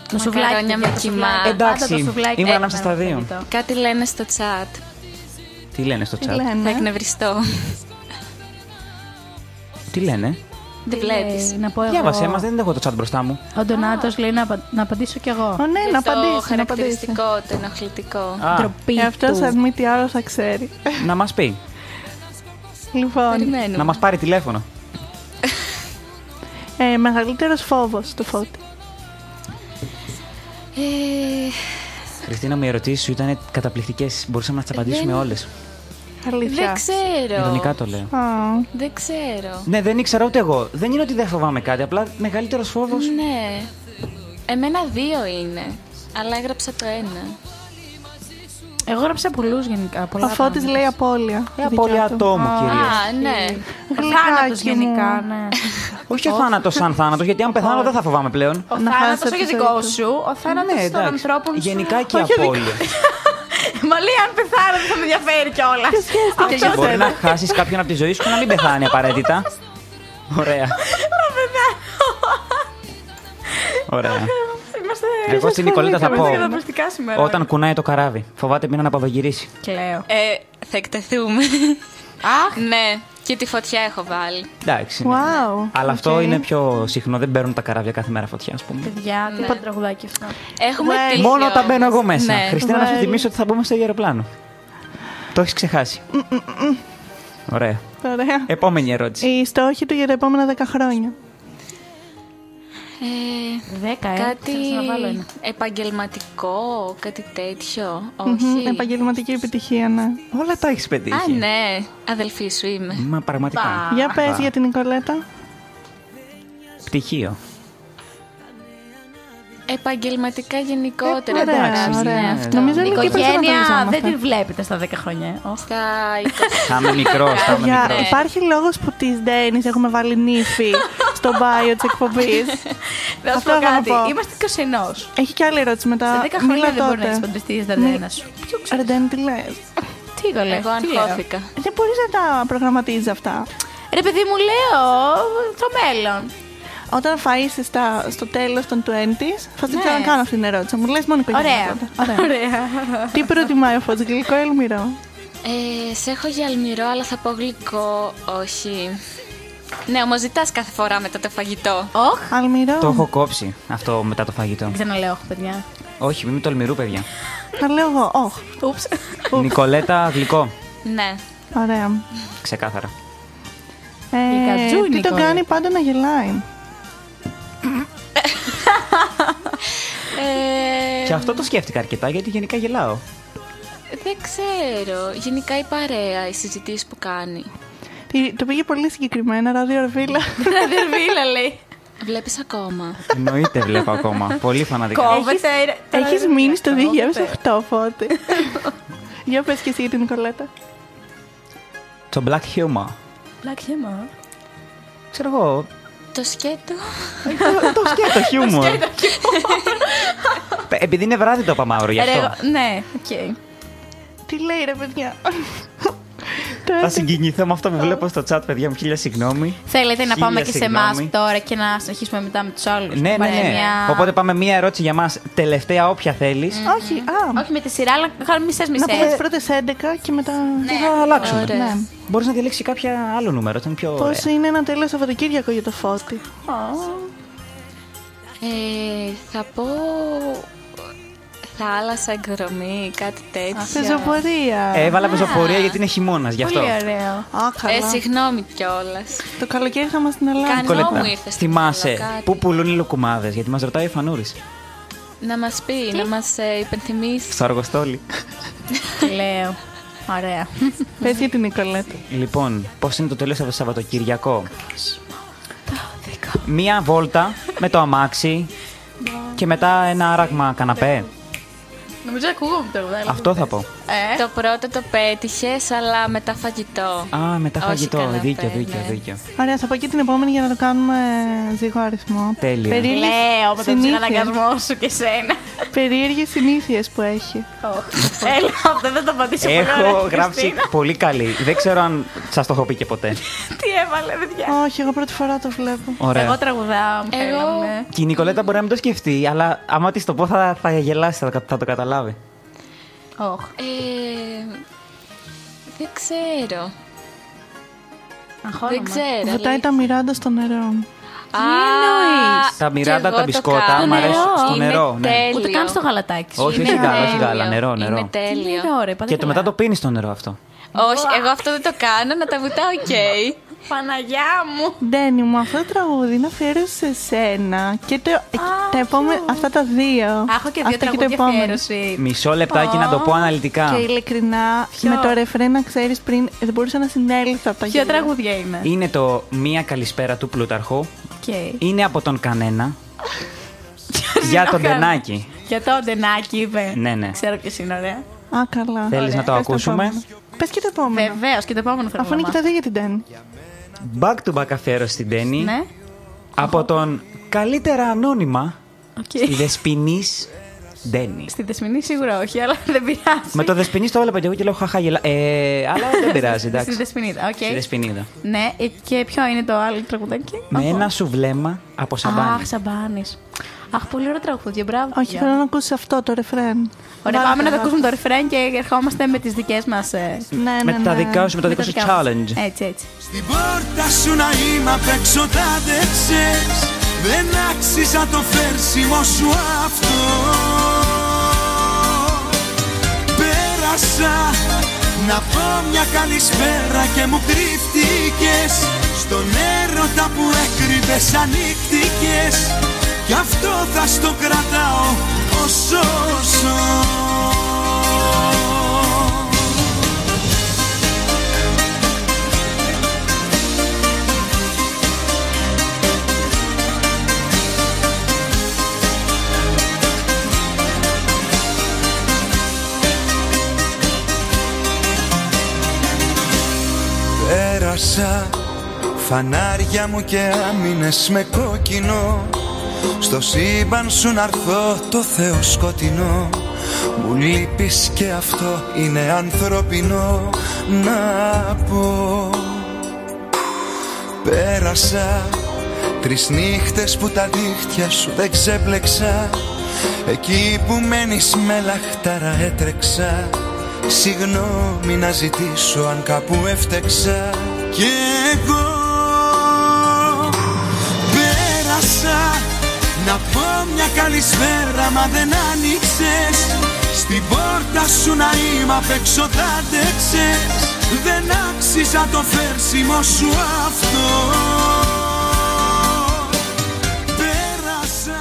[SPEAKER 2] Το Ε, σουβλάκι.
[SPEAKER 4] Μακαρόνια με κοιμά.
[SPEAKER 3] Εντάξει, ήμουν ανάμεσα στα δύο.
[SPEAKER 4] Κάτι λένε στο chat.
[SPEAKER 3] Τι λένε στο
[SPEAKER 5] Τι
[SPEAKER 3] chat.
[SPEAKER 4] ναι, Θα
[SPEAKER 5] λένε. ε?
[SPEAKER 4] εκνευριστώ.
[SPEAKER 3] Τι λένε.
[SPEAKER 4] δεν βλέπεις.
[SPEAKER 2] Να πω εγώ.
[SPEAKER 3] Διάβασέ μας, δεν έχω το chat μπροστά μου.
[SPEAKER 2] Ο Ντονάτος λέει να απα- να απαντήσω κι εγώ.
[SPEAKER 5] Ω, ναι, να
[SPEAKER 4] το
[SPEAKER 5] απαντήσει. Να απαντήσει.
[SPEAKER 4] χαρακτηριστικό, το ενοχλητικό.
[SPEAKER 3] Α,
[SPEAKER 2] Ντροπή.
[SPEAKER 5] Ε, αυτός
[SPEAKER 2] του.
[SPEAKER 5] αν μη τι άλλο θα ξέρει.
[SPEAKER 3] να μας πει.
[SPEAKER 5] λοιπόν,
[SPEAKER 4] Περιμένουμε.
[SPEAKER 3] Να μας πάρει τηλέφωνο.
[SPEAKER 5] ε, μεγαλύτερος φόβος του φώτη.
[SPEAKER 4] Ε,
[SPEAKER 3] Χριστίνα, μου οι ερωτήσεις σου ήταν καταπληκτικές. Μπορούσαμε να
[SPEAKER 5] Ε,
[SPEAKER 3] τις απαντήσουμε
[SPEAKER 4] Δεν-
[SPEAKER 3] όλες.
[SPEAKER 5] Αλήθεια.
[SPEAKER 4] Δεν ξέρω.
[SPEAKER 3] Ειρωνικά το λέω.
[SPEAKER 5] Α,
[SPEAKER 4] Δεν ξέρω.
[SPEAKER 3] Ναι, δεν ήξερα ούτε εγώ. Δεν είναι ότι δεν φοβάμαι κάτι. Απλά μεγαλύτερος φόβος.
[SPEAKER 4] Ναι. Εμένα δύο είναι. Αλλά έγραψα το ένα.
[SPEAKER 2] Εγώ έγραψα πολλούς γενικά. Πολλά
[SPEAKER 5] Ο Φώτης
[SPEAKER 2] πράγματα.
[SPEAKER 5] λέει απώλεια.
[SPEAKER 3] Η
[SPEAKER 5] Δικιά
[SPEAKER 3] Ε, απώλεια
[SPEAKER 5] του.
[SPEAKER 3] ατόμου, κυρίως.
[SPEAKER 4] Α, ναι.
[SPEAKER 2] Θάνατος
[SPEAKER 5] Γλυκάκι μου.
[SPEAKER 2] γενικά, ναι.
[SPEAKER 3] Όχι ο θάνατος σαν θάνατος, γιατί αν πεθάνω δεν θα φοβάμαι πλέον.
[SPEAKER 2] Ο
[SPEAKER 5] Να
[SPEAKER 2] θάνατος
[SPEAKER 5] χάσετε
[SPEAKER 2] όχι
[SPEAKER 5] τη
[SPEAKER 2] δικός
[SPEAKER 5] ζωή του.
[SPEAKER 2] σου, ο θάνατος
[SPEAKER 3] Ναι,
[SPEAKER 2] των
[SPEAKER 3] εντάξει.
[SPEAKER 2] ανθρώπων σου.
[SPEAKER 3] Γενικά και η
[SPEAKER 5] Όχι δικό-
[SPEAKER 3] απώλεια.
[SPEAKER 2] Μα λέει αν πεθάνω δεν θα με ενδιαφέρει κιόλας.
[SPEAKER 5] Αυτό
[SPEAKER 3] Μπορεί
[SPEAKER 5] θέλω.
[SPEAKER 3] να χάσεις κάποιον από τη ζωή σου και να μην πεθάνει απαραίτητα. Ωραία. Ωραία.
[SPEAKER 2] Είμαστε
[SPEAKER 3] Εγώ στην Νικολέτα θα πω.
[SPEAKER 2] είμαστε καταπληκτικά σήμερα.
[SPEAKER 3] Όταν κουνάει το καράβι, φοβάται μην αναποδογυρίσει.
[SPEAKER 2] Κλαίω.
[SPEAKER 4] Ε, θα εκτεθούμε.
[SPEAKER 2] Αχ,
[SPEAKER 4] ναι. Και τη φωτιά έχω βάλει.
[SPEAKER 3] Εντάξει. ναι.
[SPEAKER 5] Wow.
[SPEAKER 3] Αλλά αυτό
[SPEAKER 5] Οκ.
[SPEAKER 3] είναι πιο συχνό. Δεν παίρνουν τα καράβια κάθε μέρα φωτιά, ας πούμε.
[SPEAKER 2] παιδιά, τι είναι τραγουδάκι αυτό.
[SPEAKER 4] Έχουμε
[SPEAKER 5] Ναι.
[SPEAKER 4] τύχει
[SPEAKER 3] Μόνο τα
[SPEAKER 4] όμως.
[SPEAKER 3] μπαίνω εγώ μέσα.
[SPEAKER 4] Ναι.
[SPEAKER 3] Χριστίνα, να σου
[SPEAKER 5] Well.
[SPEAKER 3] θυμίσω ότι θα μπούμε στο ίδιο αεροπλάνο. Το έχεις ξεχάσει. Ωραία.
[SPEAKER 5] Ωραία.
[SPEAKER 3] Επόμενη ερώτηση.
[SPEAKER 5] Οι στόχοι του για τα επόμενα 10 χρόνια.
[SPEAKER 4] Ε,
[SPEAKER 2] Δέκα, ε.
[SPEAKER 4] Κάτι
[SPEAKER 2] Ξέχασα να βάλω ένα.
[SPEAKER 4] επαγγελματικό, κάτι τέτοιο.
[SPEAKER 5] Μμμ,
[SPEAKER 4] Όχι.
[SPEAKER 5] Επαγγελματική επιτυχία, ναι.
[SPEAKER 3] Όλα τα έχεις πετύχει.
[SPEAKER 4] Α, ναι. Αδελφή σου είμαι.
[SPEAKER 3] Μα πραγματικά.
[SPEAKER 5] Για πε
[SPEAKER 3] Α.
[SPEAKER 5] για την Νικολέτα.
[SPEAKER 3] Πτυχίο.
[SPEAKER 4] Επαγγελματικά γενικότερα.
[SPEAKER 5] Ε, ωραία,
[SPEAKER 4] εντάξει,
[SPEAKER 5] ωραία.
[SPEAKER 4] ναι,
[SPEAKER 5] Αυτό νομίζω είναι και
[SPEAKER 4] Οικογένεια.
[SPEAKER 2] Οικογένεια
[SPEAKER 5] προσανατολιζόμαστε.
[SPEAKER 2] δεν την βλέπετε στα 10 χρόνια. ε. Οχ.
[SPEAKER 4] Στα 20.
[SPEAKER 3] Θα είμαι μικρός, θα είμαι
[SPEAKER 5] Για-
[SPEAKER 2] Ναι.
[SPEAKER 3] μικρός.
[SPEAKER 5] Υπάρχει λόγος που της Ντένις έχουμε βάλει νύφη στο bio της εκπομπής.
[SPEAKER 2] Να σου
[SPEAKER 5] Αυτό
[SPEAKER 2] πω
[SPEAKER 5] θα
[SPEAKER 2] κάτι.
[SPEAKER 5] πω.
[SPEAKER 2] Είμαστε 21. Σε
[SPEAKER 5] Έχει και άλλη ερώτηση μετά.
[SPEAKER 2] 10 χρόνια
[SPEAKER 5] Μίλα
[SPEAKER 2] δεν μπορεί να
[SPEAKER 5] τότε.
[SPEAKER 2] έχεις παντρευτεί η Δαρδένα σου.
[SPEAKER 5] Ρε Ντένι, τι λες.
[SPEAKER 2] Τι το λέω.
[SPEAKER 4] Εγώ
[SPEAKER 2] τι λέω.
[SPEAKER 4] αγχώθηκα.
[SPEAKER 5] Δεν μπορείς να τα προγραμματίζεις αυτά.
[SPEAKER 2] Ρε παιδί μου, λέω το μέλλον.
[SPEAKER 5] Όταν φαίσει στο τέλος των 20, θα την
[SPEAKER 2] Ναι.
[SPEAKER 5] ξανακάνω αυτή την ερώτηση. Μου λες μόνο οικογένεια.
[SPEAKER 2] Ωραία.
[SPEAKER 5] τότε.
[SPEAKER 2] Ωραία.
[SPEAKER 5] Τι προτιμάει ο Φώτης, γλυκό ή αλμυρό.
[SPEAKER 4] Ε, σε έχω για αλμυρό, αλλά θα πω γλυκό. Όχι. Ναι, όμως ζητάς κάθε φορά μετά το φαγητό.
[SPEAKER 2] Οχ.
[SPEAKER 5] Αλμυρό.
[SPEAKER 3] Το έχω κόψει αυτό μετά το φαγητό.
[SPEAKER 2] Δεν ξαναλέω, οχ, παιδιά.
[SPEAKER 3] Όχι, μην τολμηρού, παιδιά.
[SPEAKER 5] Θα λέω εγώ. Όχ.
[SPEAKER 2] Ούψ.
[SPEAKER 3] Νικολέτα, γλυκό.
[SPEAKER 4] Ναι.
[SPEAKER 5] Ωραία.
[SPEAKER 3] Ξεκάθαρα.
[SPEAKER 5] Ε,
[SPEAKER 2] Γλυκατζού,
[SPEAKER 5] τι τον
[SPEAKER 2] Νικόλα.
[SPEAKER 5] κάνει πάντα να γελάει.
[SPEAKER 4] Ε,
[SPEAKER 3] Και αυτό το σκέφτηκα αρκετά γιατί γενικά γελάω.
[SPEAKER 4] Δεν ξέρω. Γενικά η παρέα, οι συζητήσεις που κάνει.
[SPEAKER 5] Τι- Το πήγε πολύ συγκεκριμένα, ράδιο Αρβίλα.
[SPEAKER 2] Δερβίλα λέει.
[SPEAKER 4] Βλέπεις ακόμα.
[SPEAKER 3] Εννοείται, βλέπω ακόμα. Πολύ φανατικά.
[SPEAKER 2] Κόβεται. ρε. Τώρα
[SPEAKER 5] Έχεις
[SPEAKER 2] δεν
[SPEAKER 5] μείνει στο
[SPEAKER 2] ξέρω, κόβεται.
[SPEAKER 5] 2008, Φώτη. Για πες και εσύ για την Νικολέτα.
[SPEAKER 3] Το black humor.
[SPEAKER 2] Black humor.
[SPEAKER 3] Ξέρω εγώ. ε,
[SPEAKER 4] Το σκέτο.
[SPEAKER 3] Το σκέτο χιούμορ. Επειδή είναι βράδυ το είπα μαύρο γι'
[SPEAKER 2] Ρε,
[SPEAKER 3] αυτό.
[SPEAKER 2] εγώ- Ναι, οκ.
[SPEAKER 5] Τι λέει ρε παιδιά. Το
[SPEAKER 3] Θα
[SPEAKER 5] έτσι.
[SPEAKER 3] συγκινηθώ με αυτό που βλέπω στο chat, παιδιά μου. Χίλια συγγνώμη.
[SPEAKER 2] Θέλετε να
[SPEAKER 3] Χίλια
[SPEAKER 2] πάμε και σε
[SPEAKER 3] συγγνώμη.
[SPEAKER 2] εμά τώρα και να συνεχίσουμε μετά με τους άλλους.
[SPEAKER 3] Ναι, ναι, ναι. Οπότε πάμε μία ερώτηση για μας. Τελευταία, όποια θέλεις.
[SPEAKER 5] Όχι, α.
[SPEAKER 2] Όχι με τη σειρά, αλλά κάνουμε μισέ
[SPEAKER 5] Να πούμε
[SPEAKER 2] μισέ.
[SPEAKER 5] τις πρώτες 11 και μετά.
[SPEAKER 2] Ναι,
[SPEAKER 3] Θα αλλάξουμε.
[SPEAKER 4] Ωραία.
[SPEAKER 3] Μπορείς να διαλέξεις κάποια άλλο νούμερο. Ήταν πιο.
[SPEAKER 5] Πώς
[SPEAKER 3] ωραία.
[SPEAKER 5] είναι ένα τέλο Σαββατοκύριακο για το Φώτη.
[SPEAKER 4] Ε, θα πω... Θάλασσα, εκδρομή, κάτι τέτοιο.
[SPEAKER 5] Πεζοπορία.
[SPEAKER 3] Έβαλα πεζοπορία γιατί είναι χειμώνας γι' αυτό.
[SPEAKER 2] Πολύ ωραίο.
[SPEAKER 5] Α,
[SPEAKER 4] Ε,
[SPEAKER 5] καλά.
[SPEAKER 4] συγγνώμη κιόλας.
[SPEAKER 5] Το καλοκαίρι θα μα την αλλάξει.
[SPEAKER 4] Καν- Νόμου
[SPEAKER 3] Νικολέτα,
[SPEAKER 4] ήρθε στο μυαλό
[SPEAKER 3] θυμάσαι
[SPEAKER 4] κάτι.
[SPEAKER 3] πού πουλούν οι λοκουμάδε, γιατί μας ρωτάει ο Φανούρης.
[SPEAKER 4] Να μας πει, να μας υπενθυμίσει.
[SPEAKER 3] Στο αργοστόλι.
[SPEAKER 2] Λέω. Ωραία.
[SPEAKER 5] Πες για την Νικολέτα.
[SPEAKER 3] λοιπόν, πώς είναι το τέλος από το Σαββατοκύριακο. Μία βόλτα με το αμάξι και μετά ένα άραγμα καναπέ.
[SPEAKER 2] Νομίζω ακούγομαι το τραγουδάκι.
[SPEAKER 3] Αυτό θα πω.
[SPEAKER 2] Ε,
[SPEAKER 4] Το πρώτο το πέτυχες, αλλά μετά φαγητό.
[SPEAKER 3] Α, μετά
[SPEAKER 4] Όχι
[SPEAKER 3] φαγητό.
[SPEAKER 4] καναπέ,
[SPEAKER 3] Δίκιο, δίκιο,
[SPEAKER 4] ναι.
[SPEAKER 3] δίκιο.
[SPEAKER 5] Ωραία, θα πω και την επόμενη για να το κάνουμε ζυγό αριθμό.
[SPEAKER 3] Τέλεια.
[SPEAKER 5] Περίεργες
[SPEAKER 2] Λέω με τον
[SPEAKER 5] συνήθειες.
[SPEAKER 2] ψυχαναγκασμό σου και σένα.
[SPEAKER 5] Περίεργες συνήθειες που έχει.
[SPEAKER 2] Έλα, αυτό δεν το απαντήσω
[SPEAKER 3] Έχω γράψει πολύ καλή. Δεν ξέρω αν σας το έχω πει και ποτέ.
[SPEAKER 2] Τι έβαλε, παιδιά.
[SPEAKER 5] Όχι, εγώ πρώτη φορά το βλέπω.
[SPEAKER 2] Εγώ
[SPEAKER 3] Ωραία.
[SPEAKER 2] τραγουδάω. μου
[SPEAKER 4] Εγώ-
[SPEAKER 2] θέλαμε.
[SPEAKER 3] Και η Νικολέτα μπορεί να μην το σκεφτεί, αλλά άμα της το πω θα, θα γελάσει, θα, θα το καταλάβει.
[SPEAKER 2] Οχ.
[SPEAKER 4] Ε, δεν ξέρω.
[SPEAKER 2] Αγχώνομαι.
[SPEAKER 4] Δεν ξέρω.
[SPEAKER 5] Βουτάει τα Μιράντα στο νερό.
[SPEAKER 4] Τι εννοείς.
[SPEAKER 3] Τα Μιράντα, τα μπισκότα, μ' αρέσουν. Στο νερό, ναι.
[SPEAKER 2] Ούτε καν στο γαλατάκι σου.
[SPEAKER 3] Όχι,
[SPEAKER 2] Είναι
[SPEAKER 3] όχι γάλα, όχι γάλα, νερό, νερό.
[SPEAKER 4] Είναι τέλειο.
[SPEAKER 2] Ωραία,
[SPEAKER 3] Και το μετά το πίνεις στο νερό αυτό.
[SPEAKER 4] Όχι, εγώ αυτό δεν το κάνω, να τα βουτάω, οκ.
[SPEAKER 2] Παναγιά μου.
[SPEAKER 5] Ντένι μου, αυτό το τραγούδι είναι αφιέρωση σε σένα και το, τα επόμενα, αυτά τα δύο.
[SPEAKER 2] Έχω και δύο
[SPEAKER 5] Αυτά το
[SPEAKER 2] τραγούδια
[SPEAKER 5] επόμενο.
[SPEAKER 2] αφιέρωση.
[SPEAKER 3] Μισό λεπτάκι να το πω αναλυτικά.
[SPEAKER 5] Και ειλικρινά,
[SPEAKER 2] Ποιο?
[SPEAKER 5] με το ρεφρέ να ξέρεις πριν, δεν μπορούσα να συνέλθω από τα
[SPEAKER 2] Ποια
[SPEAKER 5] γέλια.
[SPEAKER 2] τραγούδια είναι.
[SPEAKER 3] Είναι το Μία Καλησπέρα του Πλούταρχου.
[SPEAKER 2] Οκ.
[SPEAKER 3] Είναι από τον Κανένα. για τον
[SPEAKER 2] Κανένα.
[SPEAKER 3] Ντενάκη.
[SPEAKER 2] Για το Ντενάκι είπε.
[SPEAKER 3] Ναι, ναι.
[SPEAKER 2] Ξέρω ποιος είναι, ωραία.
[SPEAKER 5] Α, καλά.
[SPEAKER 3] Θέλεις να το
[SPEAKER 5] Πες
[SPEAKER 3] ακούσουμε?
[SPEAKER 5] Πες και το επόμενο.
[SPEAKER 2] Βεβαίως και το επόμενο θέλω.
[SPEAKER 5] Αφού είναι
[SPEAKER 2] να
[SPEAKER 5] και τα δύο για την Ντένι.
[SPEAKER 3] Back to back αφιέρωση στην Τέννη.
[SPEAKER 2] μάθω. Ναι.
[SPEAKER 3] Από τον καλύτερα ανώνυμα η
[SPEAKER 2] Οκ.
[SPEAKER 3] Δεσποινή Ντένι.
[SPEAKER 2] Στη δεσμηνή σίγουρα όχι, αλλά δεν πειράζει.
[SPEAKER 3] Με το Δεσποινή το έβλεπα και εγώ και λέω χαχά γελά. Ε, αλλά δεν πειράζει,
[SPEAKER 2] Στη
[SPEAKER 3] εντάξει.
[SPEAKER 2] δεσμηνίδα,
[SPEAKER 3] Στη
[SPEAKER 2] οκ.
[SPEAKER 3] Δεσποινίδα.
[SPEAKER 2] Ναι, ε, και ποιο είναι το άλλο τραγουδάκι.
[SPEAKER 3] Με
[SPEAKER 2] Αχ,
[SPEAKER 3] ένα σουβλέμα από σαμπάνι.
[SPEAKER 2] Αχ, σαμπάνις. Αχ, πολύ ωραίο τραγούδι, μπράβο.
[SPEAKER 5] Όχι,
[SPEAKER 2] παιδιά.
[SPEAKER 5] θέλω να ακούσεις αυτό το ρεφρέν.
[SPEAKER 2] Ωραία,
[SPEAKER 5] Βάλε
[SPEAKER 2] πάμε να το
[SPEAKER 5] εδώ.
[SPEAKER 2] ακούσουμε το ρεφρέν και ερχόμαστε με τις δικές μας.
[SPEAKER 5] Ναι, ναι,
[SPEAKER 3] Με τα
[SPEAKER 5] ναι.
[SPEAKER 3] δικά σου, με το δικό σου challenge.
[SPEAKER 2] Έτσι, έτσι.
[SPEAKER 6] Στην πόρτα σου να είμαι απ' έξω τα δεν ξέρεις. Δεν άξιζα το φέρσιμο σου αυτό Πέρασα να πω μια καλησπέρα και μου κρύφτηκες Στον έρωτα που έκρυβες ανοίχτηκες Κι αυτό θα στο κρατάω όσο ζω
[SPEAKER 1] Πέρασα φανάρια μου και άμυνες με κόκκινο Στο σύμπαν σου να έρθω το Θεό σκοτεινό Μου λείπεις και αυτό είναι ανθρωπινό να πω Πέρασα τρεις νύχτες που τα δίχτυα σου δεν ξέπλεξα Εκεί που μένεις με λαχτάρα έτρεξα Συγγνώμη να ζητήσω αν κάπου έφτεξα
[SPEAKER 6] και εγώ Πέρασα να πω μια καλησπέρα μα δεν άνοιξες Στην πόρτα σου να είμαι απ' έξω τ' άντεξες. Δεν άξιζα το φέρσιμο σου αυτό Πέρασα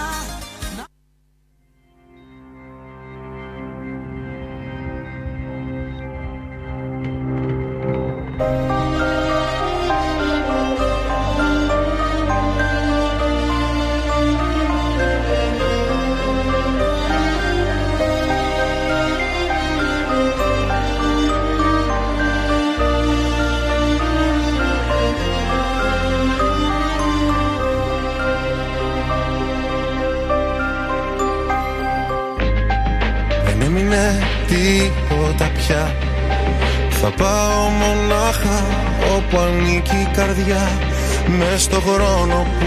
[SPEAKER 9] Δεν έμεινε τίποτα πια Θα πάω μονάχα όπου ανήκει η καρδιά με στο χρόνο που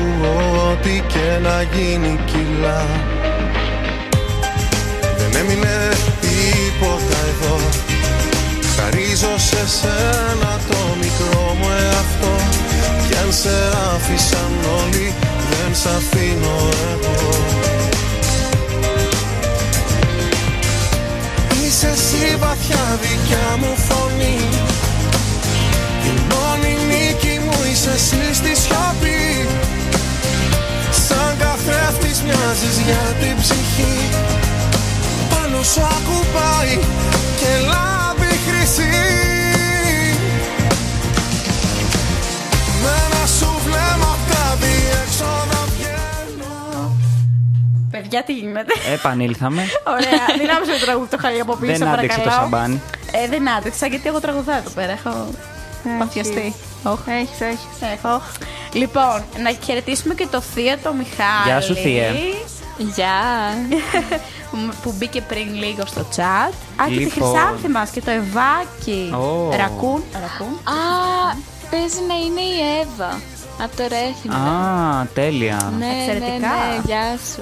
[SPEAKER 9] ό,τι και να γίνει κιλά Δεν έμεινε τίποτα εδώ Χαρίζω σε σένα το μικρό μου εαυτό Κι αν σε άφησαν όλοι δεν σ' αφήνω εγώ Είσαι εσύ βαθιά δικιά μου φωνή Η μόνη νίκη μου είσαι εσύ στη σιωπή Σαν καθρέφτης μοιάζεις για την ψυχή Πάνω σου ακουπάει και λάμπει χρυσή Με ένα σου βλέμμα απ' τα διέξοδα βγαίνω
[SPEAKER 2] Παιδιά, τι γίνεται.
[SPEAKER 3] Επανήλθαμε.
[SPEAKER 2] Ωραία, δυνάμει με το τραγούδι το χαλί από πίσω,
[SPEAKER 3] δεν άντεξε το
[SPEAKER 2] παρακαλώ.
[SPEAKER 3] σαμπάνι.
[SPEAKER 2] Ε, δεν άντεξα γιατί έχω τραγουδά εδώ πέρα. Έχω Ε, παθιαστεί. Όχ.
[SPEAKER 5] Έχεις, έχεις.
[SPEAKER 2] Έχω. Λοιπόν, να χαιρετήσουμε και το Θεία το Μιχάλη.
[SPEAKER 3] Γεια σου, Θεία.
[SPEAKER 4] Γεια.
[SPEAKER 2] που μπήκε πριν λίγο στο chat. Α, και τη
[SPEAKER 3] Λοιπόν.
[SPEAKER 2] Χρυσάνθη μας και το Ευάκι.
[SPEAKER 3] Ω.
[SPEAKER 2] Ρακούν. Ρακούν.
[SPEAKER 4] Α, παίζει να είναι η Εύα. Από το Ρέθινο.
[SPEAKER 3] Α, τέλεια.
[SPEAKER 4] Ναι, ναι,
[SPEAKER 2] εξαιρετικά.
[SPEAKER 4] ναι, γεια σου.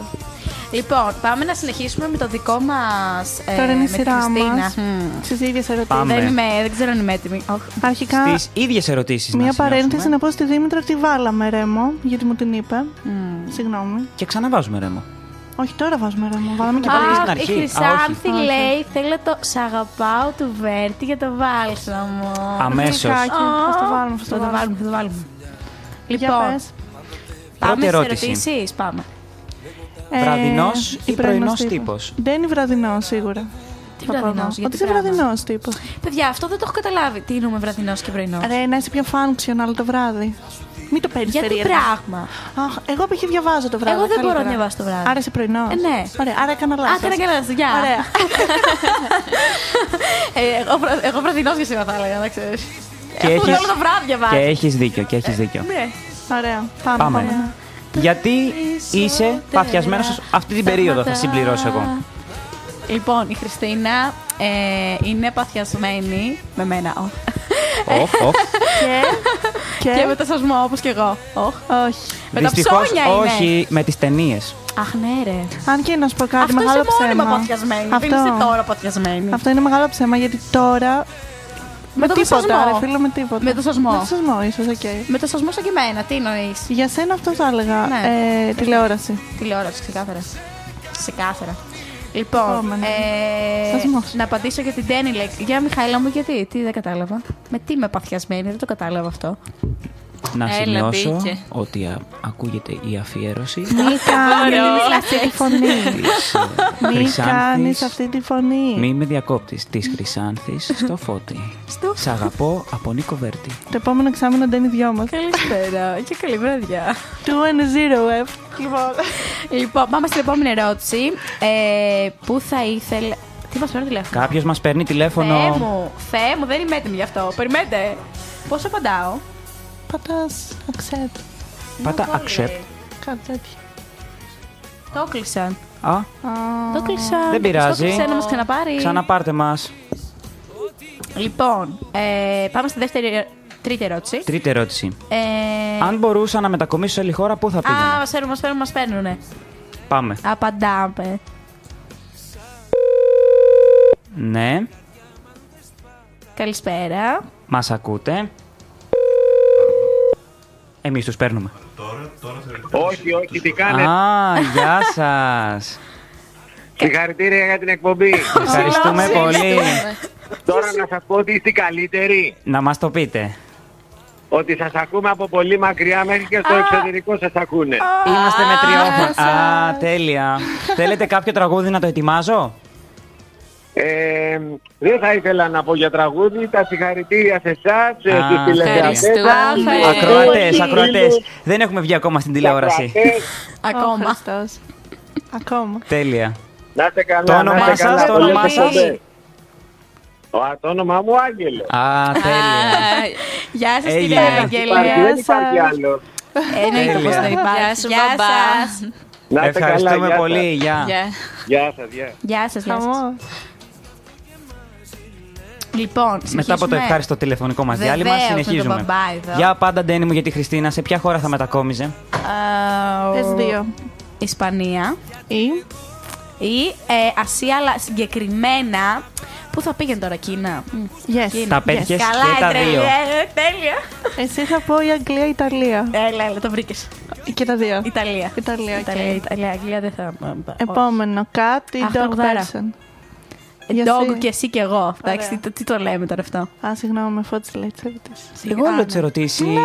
[SPEAKER 2] Λοιπόν, πάμε να συνεχίσουμε με το δικό μας ε,
[SPEAKER 5] Τώρα είναι
[SPEAKER 2] με
[SPEAKER 5] η
[SPEAKER 2] τη
[SPEAKER 5] σειρά
[SPEAKER 2] Χριστίνα.
[SPEAKER 5] μα.
[SPEAKER 2] Μμμ.
[SPEAKER 5] Στις ίδιες
[SPEAKER 3] Πάμε.
[SPEAKER 5] ερωτήσεις.
[SPEAKER 2] Δεν, είμαι, δεν ξέρω αν είμαι έτοιμη. Όχ.
[SPEAKER 5] Αρχικά,
[SPEAKER 3] Τις ίδιες ερωτήσεις να
[SPEAKER 5] μία
[SPEAKER 3] σημειώσουμε.
[SPEAKER 5] παρένθεση να πω στη Δήμητρα ότι βάλαμε ρέμο, γιατί μου την είπε. Συγγνώμη.
[SPEAKER 3] Και ξαναβάζουμε ρέμο.
[SPEAKER 5] Όχι, τώρα βάζουμε ρέμο. Βάλαμε και
[SPEAKER 3] Α,
[SPEAKER 5] πάλι.
[SPEAKER 3] στην
[SPEAKER 2] Αχ, η
[SPEAKER 3] αρχή. Α, όχι.
[SPEAKER 2] Χρυσάνθη
[SPEAKER 5] Όχι.
[SPEAKER 2] λέει θέλω το σ' αγαπάω του Βέρτη για το βάλσαμο.
[SPEAKER 3] Αμέσως.
[SPEAKER 5] Λιγάκι.
[SPEAKER 2] Ω,
[SPEAKER 5] Θα το βάλουμε, θα το βάλουμε.
[SPEAKER 2] θα το βάλουμε. Λοιπόν,
[SPEAKER 5] πες.
[SPEAKER 2] πάμε στις
[SPEAKER 3] ερώτηση.
[SPEAKER 2] ερωτήσεις. Πάμε.
[SPEAKER 5] Ε,
[SPEAKER 3] Βραδινός ή
[SPEAKER 5] η
[SPEAKER 3] πρωινός τύπος?
[SPEAKER 5] Δεν είναι βραδινός σίγουρα.
[SPEAKER 2] Τι
[SPEAKER 5] Θα πω εγώ.
[SPEAKER 2] βραδινό.
[SPEAKER 5] Ότι είσαι βραδινό τύπος.
[SPEAKER 2] Παιδιά, αυτό δεν το έχω καταλάβει. Τι εννοούμε βραδινός και πρωινός.
[SPEAKER 5] Ρε, να είσαι πιο functional το βράδυ. Μην το παίρνεις
[SPEAKER 2] Για τι
[SPEAKER 5] περίεργα.
[SPEAKER 2] πράγμα.
[SPEAKER 5] Αχ, εγώ π.χ. διαβάζω το βράδυ.
[SPEAKER 2] Εγώ δεν μπορώ
[SPEAKER 5] καλύτερα.
[SPEAKER 2] να διαβάσω το βράδυ.
[SPEAKER 5] Άρα είσαι πρωινός.
[SPEAKER 2] Ε, ναι.
[SPEAKER 5] Ωραία, άρα έκανα λάθος.
[SPEAKER 2] Άντε να καλά, γεια.
[SPEAKER 5] Ωραία.
[SPEAKER 2] Ε, εγώ βρω- Εγώ βραδινός και σήμερα θα έλεγα, να ξέρεις.
[SPEAKER 3] Και
[SPEAKER 2] Αφού
[SPEAKER 3] έχεις-
[SPEAKER 2] όλο το βράδυ
[SPEAKER 3] Και
[SPEAKER 2] διαβάζει.
[SPEAKER 3] έχεις δίκιο, και έχεις δίκιο.
[SPEAKER 2] Ναι.
[SPEAKER 5] Ωραία. Πάμε.
[SPEAKER 3] Πάμε.
[SPEAKER 5] πάμε.
[SPEAKER 3] Γιατί είσαι παθιασμένος αυτή την περίοδο, θα συμπληρώσω εγώ.
[SPEAKER 2] Λοιπόν, η Χριστίνα ε, είναι παθιασμένη με μένα. οχ.
[SPEAKER 3] Οχ, οχ.
[SPEAKER 5] Και.
[SPEAKER 2] Και
[SPEAKER 5] και...
[SPEAKER 2] με το σωσμό, όπως και εγώ. Οχ.
[SPEAKER 5] Όχι.
[SPEAKER 2] Με τα
[SPEAKER 3] Δυστυχώς
[SPEAKER 2] ψώνια είναι.
[SPEAKER 3] όχι με τις ταινίες.
[SPEAKER 2] Αχ, ναι, ρε.
[SPEAKER 5] Αν και να σου πω κάτι,
[SPEAKER 2] Αυτό
[SPEAKER 5] μεγάλο
[SPEAKER 2] είσαι
[SPEAKER 5] ψέμα.
[SPEAKER 2] μόνιμα παθιασμένη.
[SPEAKER 5] Αυτό.
[SPEAKER 2] Δεν είσαι τώρα παθιασμένη.
[SPEAKER 5] Αυτό είναι μεγάλο ψέμα γιατί τώρα. Με,
[SPEAKER 2] το
[SPEAKER 5] τίποτα,
[SPEAKER 2] σωσμό.
[SPEAKER 5] ρε φίλο, με τίποτα.
[SPEAKER 2] Με το σωσμό.
[SPEAKER 5] Με το σωσμό, ίσως, οκ.
[SPEAKER 2] Με το σωσμό σαν και εμένα, τι εννοείς.
[SPEAKER 5] Για σένα αυτό θα έλεγα.
[SPEAKER 2] Ναι.
[SPEAKER 5] Ε, τηλεόραση.
[SPEAKER 2] Τηλεόραση, ξεκάθαρα. Ξεκάθαρα. Λοιπόν,
[SPEAKER 5] Επόμενη.
[SPEAKER 2] ε,
[SPEAKER 5] Σταθμός.
[SPEAKER 2] να απαντήσω για την Τένι Λέξ. Για Μιχαήλα μου, γιατί, τι δεν κατάλαβα. Με τι με παθιασμένη, δεν το κατάλαβα αυτό.
[SPEAKER 3] Να
[SPEAKER 4] Έλα,
[SPEAKER 3] σημειώσω
[SPEAKER 4] μπήκε.
[SPEAKER 3] ότι α, ακούγεται η αφιέρωση
[SPEAKER 5] Μη κάνεις αυτή τη φωνή.
[SPEAKER 3] της ε,
[SPEAKER 5] Μη κάνει
[SPEAKER 3] Χρυσάνθης.
[SPEAKER 5] αυτή τη φωνή.
[SPEAKER 3] Μη με διακόπτεις της Χρυσάνθης στο Φώτη. Σ' αγαπώ από Νίκο Βέρτη.
[SPEAKER 5] Το επόμενο εξάμεινο δεν είναι δυο μα.
[SPEAKER 2] Καλησπέρα και καλή βραδιά.
[SPEAKER 5] Two and zero, F. Λοιπόν.
[SPEAKER 2] λοιπόν, πάμε στην επόμενη ερώτηση. Ε, πού θα ήθελε. Τι μας παίρνει τηλέφωνο.
[SPEAKER 3] Κάποιος μας παίρνει τηλέφωνο.
[SPEAKER 2] Θεέ μου, Θεέ μου, δεν είμαι έτοιμη γι' αυτό. Περιμένετε. Πώς απαντάω.
[SPEAKER 5] Πατάς αξέτ.
[SPEAKER 3] Πάτα accept.
[SPEAKER 5] Κάτι τέτοιο.
[SPEAKER 2] Το κλείσαν.
[SPEAKER 3] Α,
[SPEAKER 2] Το κλείσαν.
[SPEAKER 3] Δεν πειράζει.
[SPEAKER 2] Το κλείσαν να μας ξαναπάρει.
[SPEAKER 3] ξαναπάρτε μας.
[SPEAKER 2] Λοιπόν, ε, πάμε στη δεύτερη, τρίτη ερώτηση.
[SPEAKER 3] Τρίτη ερώτηση.
[SPEAKER 2] Ε,
[SPEAKER 3] Αν μπορούσα να μετακομίσω σε άλλη χώρα, πού θα
[SPEAKER 2] Α,
[SPEAKER 3] πήγαινα.
[SPEAKER 2] μας παίρνουν, μας παίρνουν, μας παίρνουνε.
[SPEAKER 3] Πάμε.
[SPEAKER 2] Απαντάμε.
[SPEAKER 3] Ναι,
[SPEAKER 2] Καλησπέρα.
[SPEAKER 3] μας ακούτε. Εμείς τους παίρνουμε.
[SPEAKER 10] Όχι, όχι, τι κάνετε.
[SPEAKER 3] Α, γεια σας.
[SPEAKER 10] Συγχαρητήρια για την εκπομπή.
[SPEAKER 3] Ευχαριστούμε πολύ.
[SPEAKER 10] Τώρα να σας πω ότι είστε οι καλύτεροι.
[SPEAKER 3] Να μας το πείτε.
[SPEAKER 10] Ότι σας ακούμε από πολύ μακριά μέχρι και στο εξωτερικό σας ακούνε.
[SPEAKER 3] Είμαστε με τριόφωνα. Α, τέλεια. Θέλετε κάποιο τραγούδι να το ετοιμάζω.
[SPEAKER 10] Ε, δεν θα ήθελα να πω για τραγούδι. Τα συγχαρητήρια σε εσάς, ε,
[SPEAKER 3] Α,
[SPEAKER 10] στους τηλεθεατές
[SPEAKER 4] ευχαριστούμε.
[SPEAKER 10] σας, στους
[SPEAKER 4] Ε,
[SPEAKER 3] Ακροατές,
[SPEAKER 10] φίλους,
[SPEAKER 3] ακροατές.
[SPEAKER 10] στους
[SPEAKER 3] Δεν έχουμε βγει ακόμα στην τηλεόραση.
[SPEAKER 10] ακροατές.
[SPEAKER 5] Ο
[SPEAKER 2] Ακόμα.
[SPEAKER 5] Χριστός. Ακόμα.
[SPEAKER 3] Τέλεια.
[SPEAKER 10] Να είστε καλά.
[SPEAKER 3] Το
[SPEAKER 10] να
[SPEAKER 3] όνομά
[SPEAKER 10] είστε
[SPEAKER 3] σας,
[SPEAKER 10] καλά.
[SPEAKER 3] το
[SPEAKER 10] Πολλές
[SPEAKER 3] όνομά σας.
[SPEAKER 10] εκπομπές. Ο- α, Το όνομά μου Άγγελος.
[SPEAKER 3] Α, τέλεια.
[SPEAKER 2] Γεια σας, κύριε Ε, ναι,
[SPEAKER 3] Έγινε.
[SPEAKER 2] Άγγελε.
[SPEAKER 10] Υπάρχει, δεν υπάρχει άλλο.
[SPEAKER 2] Εννοείται πως δεν
[SPEAKER 3] Τέλεια.
[SPEAKER 2] υπάρχει.
[SPEAKER 4] Γεια σου,
[SPEAKER 2] Γεια
[SPEAKER 4] μπαμπά.
[SPEAKER 2] σας.
[SPEAKER 10] Να είστε καλά,
[SPEAKER 3] Ευχαριστούμε
[SPEAKER 10] γεια σας.
[SPEAKER 3] πολύ. Γεια.
[SPEAKER 4] Γεια.
[SPEAKER 10] Γεια σας, γεια.
[SPEAKER 2] Γεια σας, γεια σας.
[SPEAKER 5] Χαμός.
[SPEAKER 2] Λοιπόν,
[SPEAKER 3] Μετά από το
[SPEAKER 2] συνεχίζουμε.
[SPEAKER 3] ευχάριστο τηλεφωνικό μας διάλειμμα,
[SPEAKER 2] Βεβαίως, με τον
[SPEAKER 3] συνεχίζουμε.
[SPEAKER 2] μπαμπά εδώ.
[SPEAKER 3] Για πάντα, Ντένι μου, για τη Χριστίνα, σε ποια χώρα θα μετακόμιζε.
[SPEAKER 2] Α, ε, ο-
[SPEAKER 5] Πες δύο.
[SPEAKER 2] Ισπανία
[SPEAKER 5] Ή.
[SPEAKER 2] ή ε, Ασία, αλλά συγκεκριμένα. Πού θα πήγαινε τώρα, Κίνα. Μμ.
[SPEAKER 5] Yes.
[SPEAKER 3] Τα πέτυχες και
[SPEAKER 2] Καλά,
[SPEAKER 3] τα
[SPEAKER 2] έτρελε.
[SPEAKER 3] δύο.
[SPEAKER 2] Ε, Τέλεια.
[SPEAKER 5] Εσύ θα πω η Αγγλία, Ιταλία.
[SPEAKER 2] Έλα, έλα, το βρήκες.
[SPEAKER 5] Και τα δύο.
[SPEAKER 2] Ιταλία.
[SPEAKER 5] Ιταλία, οκ. Ε,
[SPEAKER 2] Ιταλία, Ιταλία, Αγγλία δεν θα.
[SPEAKER 5] Επόμενο, κάτι
[SPEAKER 2] Αχ,
[SPEAKER 5] dog
[SPEAKER 2] τραγουδάρα.
[SPEAKER 5] person.
[SPEAKER 2] Ε,
[SPEAKER 5] Για
[SPEAKER 2] Dog
[SPEAKER 5] εσύ.
[SPEAKER 2] και εσύ και εγώ. Εντάξει,
[SPEAKER 5] Ωραία.
[SPEAKER 2] τι, τι το λέμε τώρα αυτό.
[SPEAKER 5] Α, συγγνώμη, με φώτισε λέει τσέπητε.
[SPEAKER 3] Εγώ όλο τις ερωτήσεις.
[SPEAKER 2] Ναι,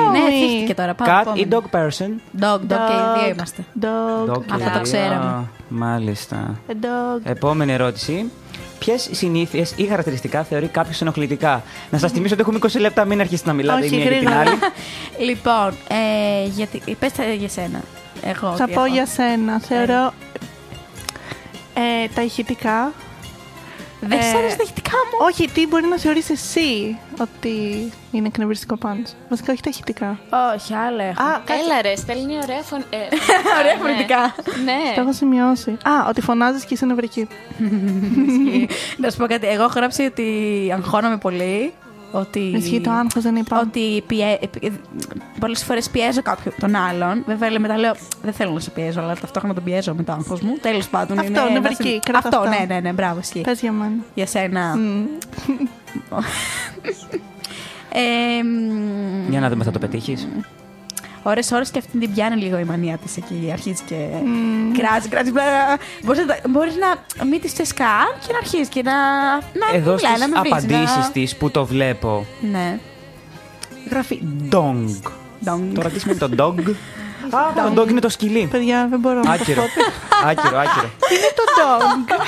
[SPEAKER 2] θύχτηκε τώρα. Πάμε.
[SPEAKER 3] Cat ή
[SPEAKER 2] επόμενη.
[SPEAKER 3] dog person.
[SPEAKER 2] Dog, dog και οι δύο είμαστε.
[SPEAKER 5] Dog.
[SPEAKER 3] Dog
[SPEAKER 2] Αυτά τα
[SPEAKER 3] area.
[SPEAKER 2] ξέραμε.
[SPEAKER 3] Μάλιστα.
[SPEAKER 5] A
[SPEAKER 3] Ε,
[SPEAKER 5] Dog.
[SPEAKER 3] Επόμενη ερώτηση. Ποιες συνήθειες ή χαρακτηριστικά θεωρεί κάποιος ενοχλητικά. Να σας θυμίσω ότι έχουμε 20 λεπτά, μην αρχίσετε να μιλάτε η
[SPEAKER 5] Όχι,
[SPEAKER 3] μία και την
[SPEAKER 5] γρήγορα.
[SPEAKER 3] άλλη.
[SPEAKER 2] Λοιπόν, ε, γιατί, πες τα για σένα. Εγώ.
[SPEAKER 5] Θα
[SPEAKER 2] τι
[SPEAKER 5] πω
[SPEAKER 2] έχω.
[SPEAKER 5] για σένα. Θεωρώ. ε, τα ηχητικά.
[SPEAKER 2] Δεν
[SPEAKER 5] ε,
[SPEAKER 2] σ' αρέσει τα ηχητικά μου.
[SPEAKER 5] Όχι, τι μπορεί να θεωρείς εσύ ότι είναι εκνευριστικό πάνω σου. Βασικά, όχι τα ηχητικά.
[SPEAKER 2] Όχι, άλλα έχω.
[SPEAKER 5] Α,
[SPEAKER 4] Έλα ρε, στέλνει ωραία φωνή.
[SPEAKER 2] Ωραία φορητικά.
[SPEAKER 4] Ναι.
[SPEAKER 5] Το έχω σημειώσει. Α, ότι φωνάζεις και είσαι νευρική.
[SPEAKER 2] Να σου πω κάτι. Εγώ έχω γράψει ότι αγχώνομαι πολύ. Ότι...
[SPEAKER 5] Ισχύει το άγχος, δεν υπάρχει.
[SPEAKER 2] Ότι πιέ... πολλές φορές πιέζω κάποιον τον άλλον. Βέβαια, μετά λέω δεν θέλω να σε πιέζω, αλλά ταυτόχρονα τον πιέζω με το άγχος μου. Τέλος πάντων.
[SPEAKER 5] Αυτό,
[SPEAKER 2] είναι ένα
[SPEAKER 5] νευρική,
[SPEAKER 2] συν-
[SPEAKER 5] κράτα
[SPEAKER 2] Αυτό,
[SPEAKER 5] αυτό.
[SPEAKER 2] ναι, ναι, ναι, μπράβο, ισχύει.
[SPEAKER 5] Πες για μένα.
[SPEAKER 2] Για σένα. ε, μ,
[SPEAKER 3] Για να δούμε, θα το πετύχεις.
[SPEAKER 2] Ε, Ωρες ώρες και αυτήν την πιάνει λίγο η μανία της εκεί. Αρχίζει και κράζει, κράζει. μπλα. Μπορείς να, τα- μπορείς να μην της τσες καν και να αρχίζει και να... να
[SPEAKER 3] Εδώ στι
[SPEAKER 2] μιλάει, να Ναι. με βρίζεις,
[SPEAKER 3] απαντήσει
[SPEAKER 2] να-
[SPEAKER 3] της που το βλέπω.
[SPEAKER 2] Ναι.
[SPEAKER 3] Γράφει dong.
[SPEAKER 2] Dong.
[SPEAKER 3] Τώρα τι σημαίνει το dog. Α, το dog είναι το σκυλί.
[SPEAKER 5] Παιδιά, δεν μπορώ να το
[SPEAKER 3] Άκυρο.
[SPEAKER 5] πω.
[SPEAKER 3] Άκυρο, άκυρο.
[SPEAKER 5] Τι είναι Ε, το dog.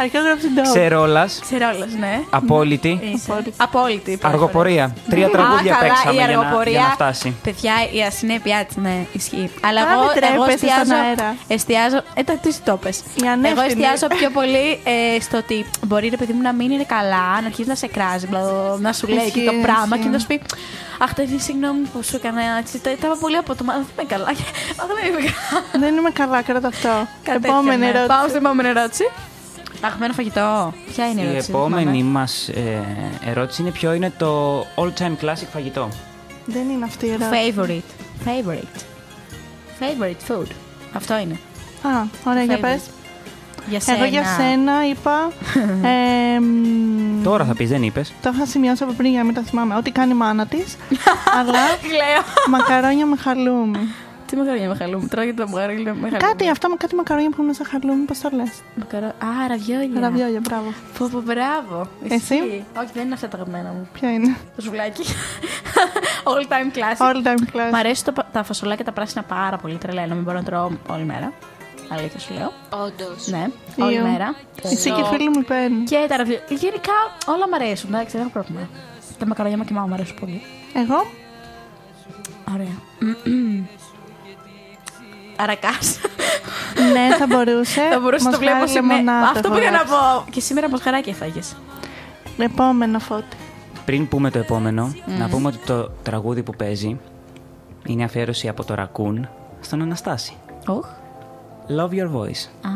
[SPEAKER 5] Αρχικά γράψει dog.
[SPEAKER 3] Ξερόλα,
[SPEAKER 2] Ξερόλε, ναι.
[SPEAKER 3] απόλυτη,
[SPEAKER 2] Είσαι.
[SPEAKER 5] Απόλυτη.
[SPEAKER 2] Απόλυτη. πρώτη
[SPEAKER 3] αργοπορία. Τρία
[SPEAKER 2] φορά.
[SPEAKER 3] τραγούδια
[SPEAKER 2] Α, καλά,
[SPEAKER 3] παίξαμε
[SPEAKER 2] η
[SPEAKER 3] για να,
[SPEAKER 2] αργοπορία.
[SPEAKER 3] για να φτάσει.
[SPEAKER 2] Παιδιά, η ασυνέπειά της, ναι, ισχύει. Αλλά
[SPEAKER 5] Πάμε,
[SPEAKER 2] εγώ,
[SPEAKER 5] τρέπεσαι
[SPEAKER 2] εγώ
[SPEAKER 5] στον
[SPEAKER 2] εστιάζω.
[SPEAKER 5] αέρα.
[SPEAKER 2] εστιάζω ε, τα- τις το πες.
[SPEAKER 5] Η ανεύθυνη.
[SPEAKER 2] Εγώ εστιάζω πιο πολύ ε, στο ότι μπορεί ρε παιδί μου να μην είναι καλά, να αρχίζεις να σε κράζεις, μπλα, να σου λέει και
[SPEAKER 5] Ισχύει,
[SPEAKER 2] το πράγμα
[SPEAKER 5] ισχύει.
[SPEAKER 2] και να σου πει Αχ, τέχνη, συγγνώμη που σου έκανα έτσι. Τα τα είπα πολύ από το μάτι. Δεν είμαι καλά. Α, δεν είμαι καλά.
[SPEAKER 5] Δεν είμαι καλά, κρατά αυτό.
[SPEAKER 2] Κάτι τέτοιο,
[SPEAKER 5] Επόμενη
[SPEAKER 2] ναι.
[SPEAKER 5] ερώτηση.
[SPEAKER 2] Πάω στην επόμενη ερώτηση. Αγμένο φαγητό. Ποια είναι η
[SPEAKER 3] Η
[SPEAKER 2] ερώτηση. δεν
[SPEAKER 3] επόμενη
[SPEAKER 2] θυμάμαι.
[SPEAKER 3] μας ε, ερώτηση είναι ποιο είναι το all-time classic φαγητό.
[SPEAKER 5] Δεν είναι αυτή η ερώτηση.
[SPEAKER 2] Favorite. Favorite. Favorite food. Αυτό είναι.
[SPEAKER 5] Α, ωραία, για
[SPEAKER 2] Favorite.
[SPEAKER 5] πες.
[SPEAKER 2] Για σένα.
[SPEAKER 5] Εγώ για σένα είπα. εμ,
[SPEAKER 3] Τώρα θα πεις, δεν είπες.
[SPEAKER 5] Το είχα σημειώσει από πριν για να μην το θυμάμαι. Ό,τι κάνει η μάνα της. αλλά
[SPEAKER 2] Λέω.
[SPEAKER 5] μακαρόνια με χαλούμι.
[SPEAKER 2] Τι μακαρόνια με χαλούμι. Τρώγεται τα μακαρόνια με χαλούμι.
[SPEAKER 5] κάτι αυτά, κάτι μακαρόνια που είναι σε χαλούμι, πώς το λες.
[SPEAKER 2] Μακαρο... Α, ραβιόλια.
[SPEAKER 5] Ραβιόλια, μπράβο.
[SPEAKER 2] Πω, πω, μπράβο.
[SPEAKER 5] Εσύ?
[SPEAKER 2] Ισχύει. Όχι, δεν είναι αυτά τα αγαπημένα μου.
[SPEAKER 5] Ποια είναι.
[SPEAKER 2] Το σουβλάκι. All time classic.
[SPEAKER 5] All time class.
[SPEAKER 2] Μ' αρέσουν τα, πα- τα φασολάκια τα πράσινα πάρα πολύ τρελά. Ενώ μην μπορώ να τρώω όλη μέρα. Αλήθεια σου λέω.
[SPEAKER 4] Όντως.
[SPEAKER 2] Ναι, όλη
[SPEAKER 5] Ιω.
[SPEAKER 2] μέρα.
[SPEAKER 5] Εσύ και
[SPEAKER 2] Το-
[SPEAKER 5] φίλοι μου παίρνει.
[SPEAKER 2] Και τα ραβιόλια. Γενικά όλα μ' αρέσουν. Εντάξει, δεν έχω πρόβλημα. Τα μακαρόνια με κοιμάω μου αρέσουν πολύ.
[SPEAKER 5] Εγώ,
[SPEAKER 2] Ωραία. Αρακάς.
[SPEAKER 5] ναι, θα μπορούσε.
[SPEAKER 2] Θα μπορούσε να το βλέπω
[SPEAKER 5] Μοσχάρι,
[SPEAKER 2] σε μέ-
[SPEAKER 5] λεμονάδα
[SPEAKER 2] Αυτό
[SPEAKER 5] έχω
[SPEAKER 2] πήγα να
[SPEAKER 5] γράψει.
[SPEAKER 2] πω. Και σήμερα μοσχαράκι έφαγε.
[SPEAKER 5] Επόμενο φώτι.
[SPEAKER 3] Πριν πούμε το επόμενο,
[SPEAKER 2] Ναι.
[SPEAKER 3] να πούμε ότι το τραγούδι που παίζει είναι αφιέρωση από το Ρακούν στον Αναστάση.
[SPEAKER 2] Οχ.
[SPEAKER 3] Love Your Voice.
[SPEAKER 2] Α,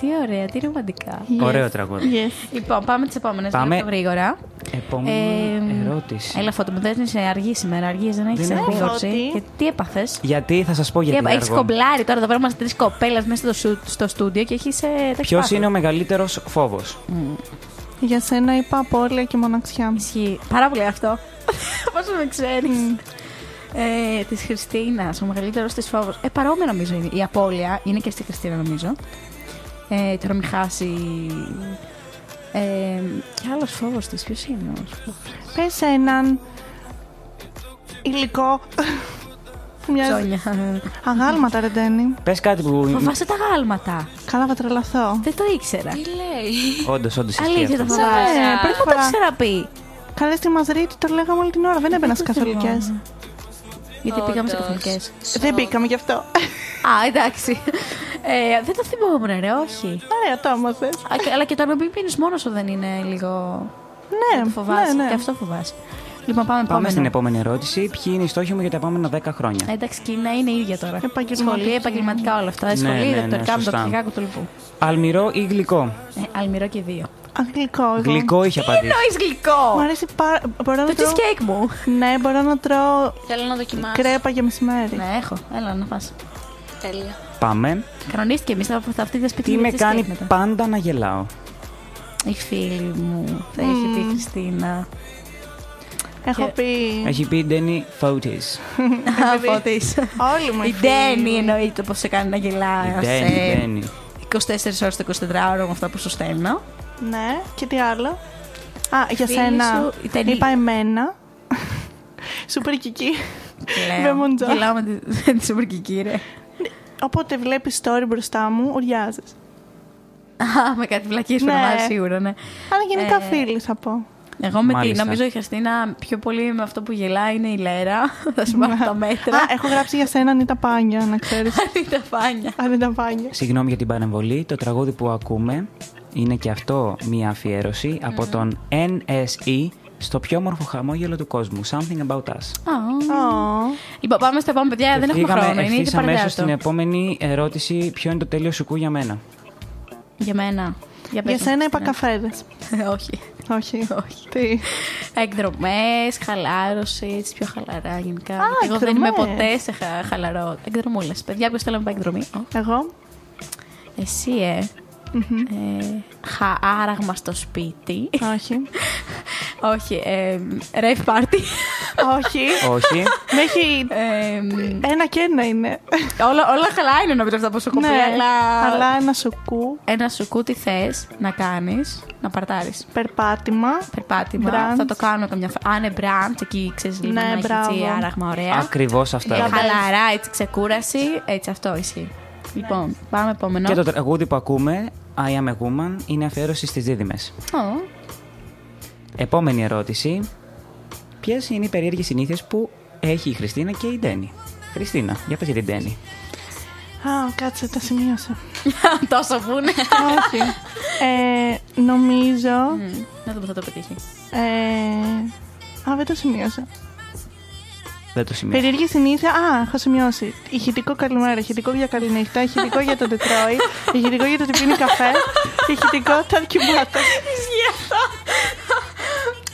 [SPEAKER 2] τι ωραία, τι ρομαντικά.
[SPEAKER 3] Ωραίο τραγούδι.
[SPEAKER 5] Yes.
[SPEAKER 2] Λοιπόν, πάμε τις επόμενες.
[SPEAKER 3] Πάμε.
[SPEAKER 2] Πάμε γρήγορα.
[SPEAKER 3] Επόμενη
[SPEAKER 2] Εμ,
[SPEAKER 3] ερώτηση.
[SPEAKER 2] Έλα, φώτα μου, δεν είσαι αργή σήμερα. Αργής, δεν έχεις
[SPEAKER 3] Δεν έχω.
[SPEAKER 2] όρεξη.
[SPEAKER 5] Φώτη.
[SPEAKER 2] Και τι έπαθες.
[SPEAKER 3] Γιατί θα σας πω γιατί είναι
[SPEAKER 2] Έχει
[SPEAKER 3] αργό.
[SPEAKER 2] κομπλάρει τώρα εδώ πέρα μα τρεις κοπέλες μέσα στο, σου- στο στούντιο και ε, έχεις.
[SPEAKER 3] Ποιος είναι ο μεγαλύτερος φόβος.
[SPEAKER 5] Για σένα είπα απώλεια και μοναξιά.
[SPEAKER 2] Ισχύει. Πάρα πολύ αυτό. Πόσο με ξέρεις. Ε, της Χριστίνας, ο μεγαλύτερος της φόβος. Ε, παρόμοιο νομίζω είναι. Η απώλεια είναι και στη Χριστίνα, νομίζω. Ε, τώρα μην χάσει. Ε, και άλλος φόβος της, ποιος είναι ο φόβο.
[SPEAKER 5] Πες έναν υλικό. Μιας
[SPEAKER 2] Ψώνια.
[SPEAKER 5] αγάλματα ρε Ντένι.
[SPEAKER 3] Πες κάτι που.
[SPEAKER 2] Φοβάσαι τα γάλματα.
[SPEAKER 5] Καλά θα τρελαθώ.
[SPEAKER 2] Δεν το ήξερα.
[SPEAKER 4] Τι λέει.
[SPEAKER 3] Όντως, όντως ισχύει.
[SPEAKER 2] Αλήθεια
[SPEAKER 3] αυτό.
[SPEAKER 2] τα φοβάσαι.
[SPEAKER 5] Ναι,
[SPEAKER 2] Πριν
[SPEAKER 5] πρώτη
[SPEAKER 2] μου το
[SPEAKER 5] φορά.
[SPEAKER 2] ήξερα πει.
[SPEAKER 5] Καλέ στη Μαζρίτη το λέγαμε όλη την ώρα. Δεν έμπαινα σε
[SPEAKER 2] το θυμάμαι.
[SPEAKER 5] Ναι, καθολικές.
[SPEAKER 2] Γιατί πήγαμε σε
[SPEAKER 4] Όντως.
[SPEAKER 2] καθολικές.
[SPEAKER 5] Δεν μπήκαμε γι' αυτό.
[SPEAKER 2] Α, εντάξει. Ε, δεν το θυμόμουν, ρε, όχι.
[SPEAKER 5] Ωραία, το άμαθες.
[SPEAKER 2] Α, και- Αλλά και το να μην πίνεις μόνος σου δεν είναι λίγο.
[SPEAKER 5] Ναι,
[SPEAKER 2] Φοβάσαι.
[SPEAKER 5] ναι, ναι.
[SPEAKER 2] Και αυτό φοβάσαι. Λοιπόν, πάμε,
[SPEAKER 3] Πάμε
[SPEAKER 2] επόμενο. Ναι,
[SPEAKER 3] στην επόμενη ερώτηση. Ποιοι είναι οι στόχοι μου για τα επόμενα 10 χρόνια.
[SPEAKER 2] Εντάξει, και είναι, είναι ίδια τώρα.
[SPEAKER 5] Επαγγελματική.
[SPEAKER 2] Σχολεία, επαγγελματικά όλα αυτά.
[SPEAKER 3] ναι,
[SPEAKER 2] Σχολεία,
[SPEAKER 3] ναι,
[SPEAKER 2] δακτορικά,
[SPEAKER 3] σωστά.
[SPEAKER 2] μεταπτυχιακά, κουτουλπού.
[SPEAKER 3] Αλμυρό ή γλυκό.
[SPEAKER 2] Ε, αλμυρό και δύο.
[SPEAKER 5] Αγγλικό εγώ.
[SPEAKER 3] Γλυκό είχε απαντήσει.
[SPEAKER 2] Εννοεί
[SPEAKER 5] Μου
[SPEAKER 2] γλυκό!
[SPEAKER 5] αρέσει πάρα Μπορώ
[SPEAKER 2] Το
[SPEAKER 5] να τρώω...
[SPEAKER 2] cheesecake μου.
[SPEAKER 5] Ναι, μπορώ να τρώω
[SPEAKER 4] Θέλω να δοκιμάσω.
[SPEAKER 5] κρέπα για μεσημέρι.
[SPEAKER 2] Ναι, έχω. Έλα να φας.
[SPEAKER 4] Τέλεια.
[SPEAKER 3] Πάμε.
[SPEAKER 2] Κανονίστηκε εμείς από αυτή τη σπίτι
[SPEAKER 3] Τι με κάνει πάντα να γελάω.
[SPEAKER 2] Η φίλη μου. Θα έχει πει η Χριστίνα.
[SPEAKER 5] Έχω πει
[SPEAKER 2] Ε.
[SPEAKER 3] Έχει πει η Ντένι Φώτη.
[SPEAKER 2] Από τη.
[SPEAKER 5] όλοι μου.
[SPEAKER 2] Η Ντένι εννοείται πως σε κάνει να ε.
[SPEAKER 3] Η
[SPEAKER 2] γελά.
[SPEAKER 3] Ντένι, η Ντένι.
[SPEAKER 2] 24 ώρες το 24ωρο με αυτά που σου στέλνω.
[SPEAKER 5] Ναι, και τι άλλο. Α, για
[SPEAKER 2] Φίλη
[SPEAKER 5] σένα.
[SPEAKER 2] σου, η ταινία.
[SPEAKER 5] Είπα εμένα. Σούπερ κική.
[SPEAKER 2] Λέω.
[SPEAKER 5] Βεμοντζά.
[SPEAKER 2] Γελάω με τη- με τη σουπερκική, ρε.
[SPEAKER 5] Όποτε βλέπεις story μπροστά μου, ουριάζεις.
[SPEAKER 2] Α, με κάτι βλακίες που
[SPEAKER 5] Ναι.
[SPEAKER 2] να σίγουρα, ναι.
[SPEAKER 5] Αλλά γενικά
[SPEAKER 2] Ε,
[SPEAKER 5] φίλοι θα πω.
[SPEAKER 2] Εγώ με τη,
[SPEAKER 3] Μάλιστα.
[SPEAKER 2] νομίζω η Χριστίνα πιο πολύ με αυτό που γελάει είναι η Λέρα. Θα σου πάρω τα μέτρα.
[SPEAKER 5] Ναι. Α, έχω γράψει για σένα Ανίτα Πάνια, να ξέρεις.
[SPEAKER 2] Αυτή τα φάνια.
[SPEAKER 5] Ανίτα Πάνια.
[SPEAKER 3] Συγγνώμη για την παρεμβολή. Το τραγούδι που ακούμε είναι και αυτό μία αφιέρωση από τον NSE στο πιο όμορφο χαμόγελο του κόσμου. Something about us.
[SPEAKER 2] Α,
[SPEAKER 5] Ω,
[SPEAKER 2] Λοιπόν, πάμε στο επόμενο, παιδιά.
[SPEAKER 3] Και
[SPEAKER 2] Δεν έχουμε
[SPEAKER 3] φύγαμε
[SPEAKER 2] χρόνο. Είναι
[SPEAKER 3] ευθύς
[SPEAKER 2] ήδη
[SPEAKER 3] αμέσως στην
[SPEAKER 2] παρατέταρτο.
[SPEAKER 3] επόμενη ερώτηση. Ποιο είναι το τέλειο σουκού για μένα.
[SPEAKER 2] Για μένα. Για,
[SPEAKER 5] Για
[SPEAKER 2] πες
[SPEAKER 5] σένα
[SPEAKER 2] μου,
[SPEAKER 5] είπα
[SPEAKER 2] Χριστίνα.
[SPEAKER 5] καφέδες.
[SPEAKER 2] Όχι.
[SPEAKER 5] Όχι.
[SPEAKER 2] Όχι.
[SPEAKER 5] Τι.
[SPEAKER 2] Εκδρομές, χαλάρωση, έτσι πιο χαλαρά γενικά. Α, εγώ δεν είμαι
[SPEAKER 5] εκδρομές.
[SPEAKER 2] ποτέ σε χα, χαλαρό. Εκδρομούλες. Παιδιά, ποιος θέλει να πάει εκδρομή. Ω,
[SPEAKER 5] Εγώ.
[SPEAKER 2] Εσύ, ε. ε χαάραγμα στο σπίτι.
[SPEAKER 5] Όχι.
[SPEAKER 2] Όχι, ε, rave party.
[SPEAKER 5] Όχι.
[SPEAKER 3] Όχι.
[SPEAKER 5] Με έχει.
[SPEAKER 2] Ε, μ,
[SPEAKER 5] Ένα και ένα είναι.
[SPEAKER 2] όλα, όλα καλά είναι νομίζω αυτά που σου έχω πει,
[SPEAKER 5] Ναι,
[SPEAKER 2] αλλά...
[SPEAKER 5] αλλά ένα σοκού,
[SPEAKER 2] Ένα σουκού τι θες να κάνεις, να παρτάρεις.
[SPEAKER 5] περπάτημα.
[SPEAKER 2] Περπάτημα,
[SPEAKER 5] Brands.
[SPEAKER 2] θα το κάνω καμιά φορά. Α, ναι, μπραντ, εκεί ξέρεις λίγο
[SPEAKER 5] Ναι,
[SPEAKER 2] να έχεις έτσι
[SPEAKER 5] μπράβο.
[SPEAKER 2] άραγμα ωραία.
[SPEAKER 3] Ακριβώς
[SPEAKER 2] Ε,
[SPEAKER 3] αυτά.
[SPEAKER 2] χαλαρά, έτσι ξεκούραση, έτσι αυτό ισχύει. Λοιπόν, πάμε επόμενο.
[SPEAKER 3] Και το τραγούδι που ακούμε, I am a woman, είναι αφιέρωση στις δίδυμες.
[SPEAKER 2] Ω,
[SPEAKER 3] Επόμενη ερώτηση. Ποιες είναι οι περίεργες συνήθειες που έχει η Χριστίνα και η Ντένι. Χριστίνα, για πες για την Ντένι.
[SPEAKER 5] Α, κάτσε, τα σημείωσα.
[SPEAKER 2] Τόσο που είναι.
[SPEAKER 5] Όχι. Ε, νομίζω.
[SPEAKER 2] Μμ, Να δούμε, θα το πετύχει.
[SPEAKER 5] Ε, α, δεν το σημείωσα.
[SPEAKER 3] Δεν το σημείωσα.
[SPEAKER 5] Περίεργη συνήθεια. Α, έχω σημειώσει. Ηχητικό καλημέρα, ηχητικό για καληνύχτα, ηχητικό για το Ντετρόι, ηχητικό για το ότι πίνει καφέ, ηχητικό τα κοιμάται.
[SPEAKER 2] Ισχύει αυτό.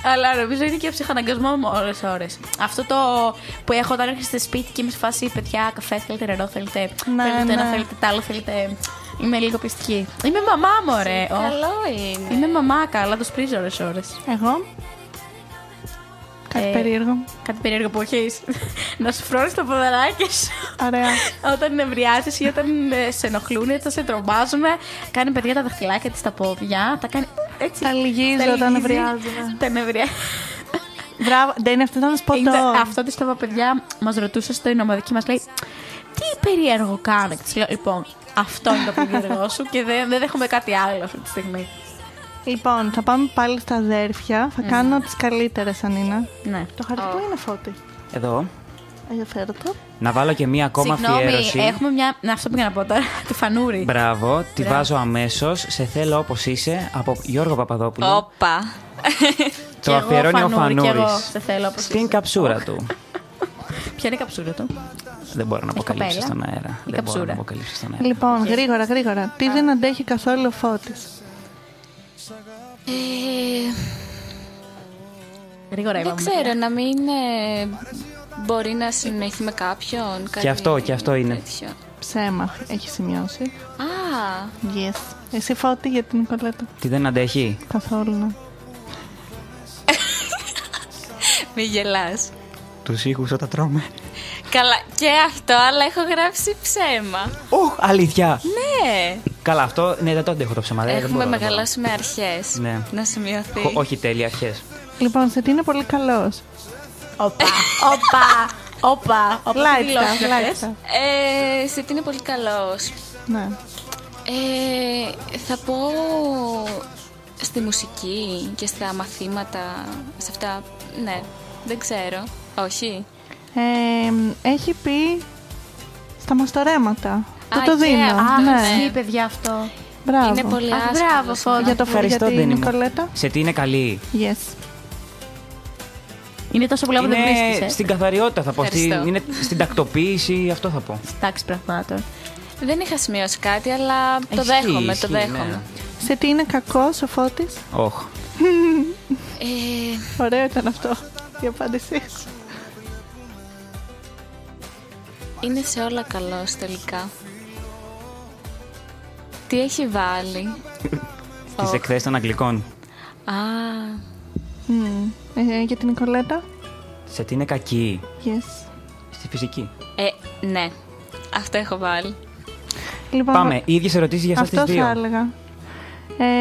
[SPEAKER 2] Αλλά νομίζω είναι και ψυχαναγκασμό με όλε ώρες. Αυτό το που έχω όταν έρχεστε σπίτι και είμαι σε φάση παιδιά, καφέ θέλετε, νερό θέλετε.
[SPEAKER 5] Ναι,
[SPEAKER 2] θέλετε το ένα,
[SPEAKER 5] ναι.
[SPEAKER 2] θέλετε το άλλο, θέλετε. Είμαι λίγο πιστική. Είμαι μαμά μου, ρε. Ω,
[SPEAKER 4] Καλό είναι.
[SPEAKER 2] Είμαι μαμά, καλά, το σπρίζω ώρες ώρες.
[SPEAKER 5] Εγώ. Κάτι
[SPEAKER 2] Ε.
[SPEAKER 5] περίεργο.
[SPEAKER 2] Κάτι περίεργο που έχεις να σου φρώνει τα ποδαράκια σου.
[SPEAKER 5] Ωραία.
[SPEAKER 2] Όταν νευριάζεις ή όταν ε, σε ενοχλούν, έτσι, σε τρομάζουν, κάνει παιδιά τα δαχτυλάκια της στα πόδια. Τα κάνει έτσι.
[SPEAKER 5] Τα λυγίζω
[SPEAKER 2] τα
[SPEAKER 5] όταν
[SPEAKER 2] λυγίζει,
[SPEAKER 5] νευριάζουμε.
[SPEAKER 2] Τα νευριά.
[SPEAKER 5] Μπράβο, δεν αυτό ήταν
[SPEAKER 2] Είναι-
[SPEAKER 5] σποντό.
[SPEAKER 2] Αυτό της το είπα, παιδιά, μας ρωτούσε στο νομαδική μας λέει Τι περίεργο κάνω. Και της λέω, Λοιπόν, αυτό είναι το περίεργό σου και δεν, δεν δέχομαι κάτι άλλο αυτή τη στιγμή.
[SPEAKER 5] Λοιπόν, θα πάμε πάλι στα αδέρφια. Θα κάνω τις καλύτερες αν είναι.
[SPEAKER 2] Ναι.
[SPEAKER 5] Το χαρτί που είναι φώτη.
[SPEAKER 3] Εδώ.
[SPEAKER 5] Ενδιαφέροντα.
[SPEAKER 3] Να βάλω και μία ακόμα
[SPEAKER 2] Συγγνώμη,
[SPEAKER 3] αφιέρωση.
[SPEAKER 2] έχουμε μια. Ναι, αυτό πήγα να πω τώρα. Του φανούρι.
[SPEAKER 3] Μπράβο, τη βάζω αμέσως. Σε θέλω όπως είσαι από Γιώργο Παπαδόπουλο.
[SPEAKER 4] Όπα.
[SPEAKER 2] Κι
[SPEAKER 3] Το
[SPEAKER 2] εγώ,
[SPEAKER 3] αφιερώνει ο
[SPEAKER 2] Φανούρη, κι εγώ
[SPEAKER 3] Φανούρης
[SPEAKER 2] σε θέλω, όπως είσαι.
[SPEAKER 3] Στην καψούρα του.
[SPEAKER 2] Ποια είναι η καψούρα του.
[SPEAKER 3] Δεν μπορώ να αποκαλύψω
[SPEAKER 2] καπέλα.
[SPEAKER 3] στον αέρα.
[SPEAKER 2] Η
[SPEAKER 3] Δεν μπορώ να
[SPEAKER 2] καψούρα.
[SPEAKER 3] αποκαλύψω στον αέρα.
[SPEAKER 5] Λοιπόν, γρήγορα, γρήγορα. Τι δεν αντέχει καθόλου ο φώτης.
[SPEAKER 4] Ε,
[SPEAKER 2] Γρήγορα
[SPEAKER 4] δεν
[SPEAKER 2] είπαμε.
[SPEAKER 4] ξέρω, να μην ε, μπορεί να συνοηθεί με κάποιον. κάτι
[SPEAKER 3] αυτό, και αυτό είναι.
[SPEAKER 4] τέτοιο.
[SPEAKER 5] Ψέμα έχει σημειώσει.
[SPEAKER 4] Α,
[SPEAKER 5] Yes. Εσύ φώτη για την Νικολέτα.
[SPEAKER 3] Τι δεν αντέχει.
[SPEAKER 5] Καθόλου. ναι.
[SPEAKER 4] μη γελάς.
[SPEAKER 3] Τους ήχους όταν τρώμε.
[SPEAKER 4] Καλά, και αυτό, αλλά έχω γράψει ψέμα.
[SPEAKER 3] Οχ, αλήθεια.
[SPEAKER 4] Ναι,
[SPEAKER 3] Καλά, αυτό ναι, δεν το αντέχω το ψέμα. δεν- δεν
[SPEAKER 4] έχουμε
[SPEAKER 3] μπορώ, δεν μπορώ.
[SPEAKER 4] μεγαλώσει με αρχές.
[SPEAKER 3] Ναι.
[SPEAKER 4] Να σημειωθεί.
[SPEAKER 3] Χω- Όχι τέλεια, αρχές.
[SPEAKER 5] Λοιπόν, σε τι είναι πολύ καλός.
[SPEAKER 2] Όπα, όπα, όπα. όπα, τι δηλώσεις
[SPEAKER 5] Λάιτστα,
[SPEAKER 2] να θες.
[SPEAKER 5] λάιτστα.
[SPEAKER 4] Ε, σε τι είναι πολύ καλός.
[SPEAKER 5] Ναι.
[SPEAKER 4] Ε, θα πω στη μουσική και στα μαθήματα, σε αυτά, ναι, δεν ξέρω. Όχι.
[SPEAKER 5] Ε, έχει πει στα μαστορέματα.
[SPEAKER 4] Α,
[SPEAKER 5] Το το
[SPEAKER 4] και
[SPEAKER 5] δίνω.
[SPEAKER 2] Α,
[SPEAKER 4] Ναι.
[SPEAKER 2] ναι. παιδιά αυτό.
[SPEAKER 5] Μπράβο.
[SPEAKER 4] Είναι πολύ
[SPEAKER 2] Α,
[SPEAKER 4] άσχημο.
[SPEAKER 2] μπράβο,
[SPEAKER 4] σήμερα.
[SPEAKER 2] Φώτη.
[SPEAKER 5] Για το
[SPEAKER 3] Ευχαριστώ,
[SPEAKER 5] Ευχαριστώ, για την
[SPEAKER 3] Ντένι μου.
[SPEAKER 5] Νικολέτα.
[SPEAKER 3] Σε τι είναι καλή.
[SPEAKER 5] Yes.
[SPEAKER 2] Είναι τόσο πολλά που δεν βρίσκεσαι.
[SPEAKER 3] Είναι στην καθαριότητα θα πω. Στην,
[SPEAKER 4] Ευχαριστώ.
[SPEAKER 3] είναι στην τακτοποίηση, αυτό θα πω.
[SPEAKER 2] τάξη πραγμάτων.
[SPEAKER 4] Δεν είχα σημειώσει κάτι, αλλά το
[SPEAKER 3] Ισχύει,
[SPEAKER 4] δέχομαι,
[SPEAKER 3] ισχύει,
[SPEAKER 4] το δέχομαι.
[SPEAKER 5] Σε τι είναι κακός ο φώτης.
[SPEAKER 3] ναι. Όχ.
[SPEAKER 4] Ε,
[SPEAKER 5] Ωραίο ήταν αυτό. Η απάντησή σου.
[SPEAKER 4] είναι σε όλα καλός τελικά. Τι έχει βάλει.
[SPEAKER 3] Τις
[SPEAKER 4] Όχ.
[SPEAKER 3] εκθέσεις των Αγγλικών.
[SPEAKER 4] Α,
[SPEAKER 5] Μμμ. Ε, για την Νικολέτα.
[SPEAKER 3] Σε τι είναι κακή.
[SPEAKER 5] Yes.
[SPEAKER 3] Στη φυσική.
[SPEAKER 4] ε, ναι. Αυτό έχω βάλει.
[SPEAKER 5] Λοιπόν,
[SPEAKER 3] Πάμε. Οι ίδιες ερωτήσεις για αυτέ
[SPEAKER 5] Αυτό
[SPEAKER 3] τι
[SPEAKER 5] θα
[SPEAKER 3] δύο.
[SPEAKER 5] έλεγα.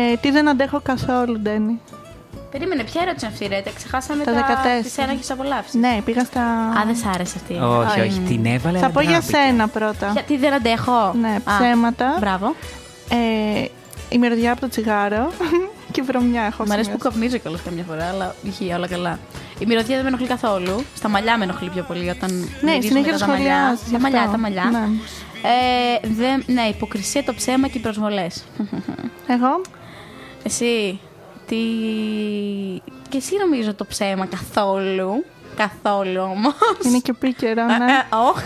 [SPEAKER 5] Ε, τι δεν αντέχω καθόλου, Ντένι.
[SPEAKER 2] Περίμενε, ποια ερώτηση είναι αυτή, ρε. Τα ξεχάσαμε
[SPEAKER 5] Τα
[SPEAKER 2] τα
[SPEAKER 5] 14.
[SPEAKER 2] τις ένοχες απολαύσεις.
[SPEAKER 5] Ναι, πήγα στα.
[SPEAKER 2] Α, δεν σ' άρεσε αυτή.
[SPEAKER 3] Όχι,
[SPEAKER 5] Όχι.
[SPEAKER 3] όχι. Την έβαλε.
[SPEAKER 5] Θα
[SPEAKER 3] αλλά
[SPEAKER 5] πω για
[SPEAKER 3] ντράπηκε.
[SPEAKER 5] σένα πρώτα.
[SPEAKER 2] Γιατί δεν αντέχω.
[SPEAKER 5] Ναι,
[SPEAKER 2] Α,
[SPEAKER 5] ψέματα.
[SPEAKER 2] Μπράβο.
[SPEAKER 5] Ε, η μυρωδιά από το τσιγάρο και η βρωμιά έχω
[SPEAKER 2] Μ' αρέσει που
[SPEAKER 5] σημειώσει.
[SPEAKER 2] καπνίζω κιόλα καμιά φορά, αλλά είχε όλα καλά. Η μυρωδιά δεν με ενοχλεί καθόλου. Στα μαλλιά με ενοχλεί πιο πολύ όταν. μυρίζουν
[SPEAKER 5] Ναι,
[SPEAKER 2] μετά
[SPEAKER 5] συνέχεια το
[SPEAKER 2] τα μαλλιά.
[SPEAKER 5] σχολιάζεις
[SPEAKER 2] Τα
[SPEAKER 5] γι'
[SPEAKER 2] μαλλιά,
[SPEAKER 5] αυτό.
[SPEAKER 2] τα μαλλιά.
[SPEAKER 5] Ναι.
[SPEAKER 2] Ε, δεν- ναι, υποκρισία, το ψέμα και οι προσβολές.
[SPEAKER 5] Εγώ,
[SPEAKER 2] Εσύ, τι. Και εσύ νομίζω το ψέμα καθόλου. Καθόλου όμως.
[SPEAKER 5] είναι και πίκαιρο, ναι.
[SPEAKER 2] Οχ,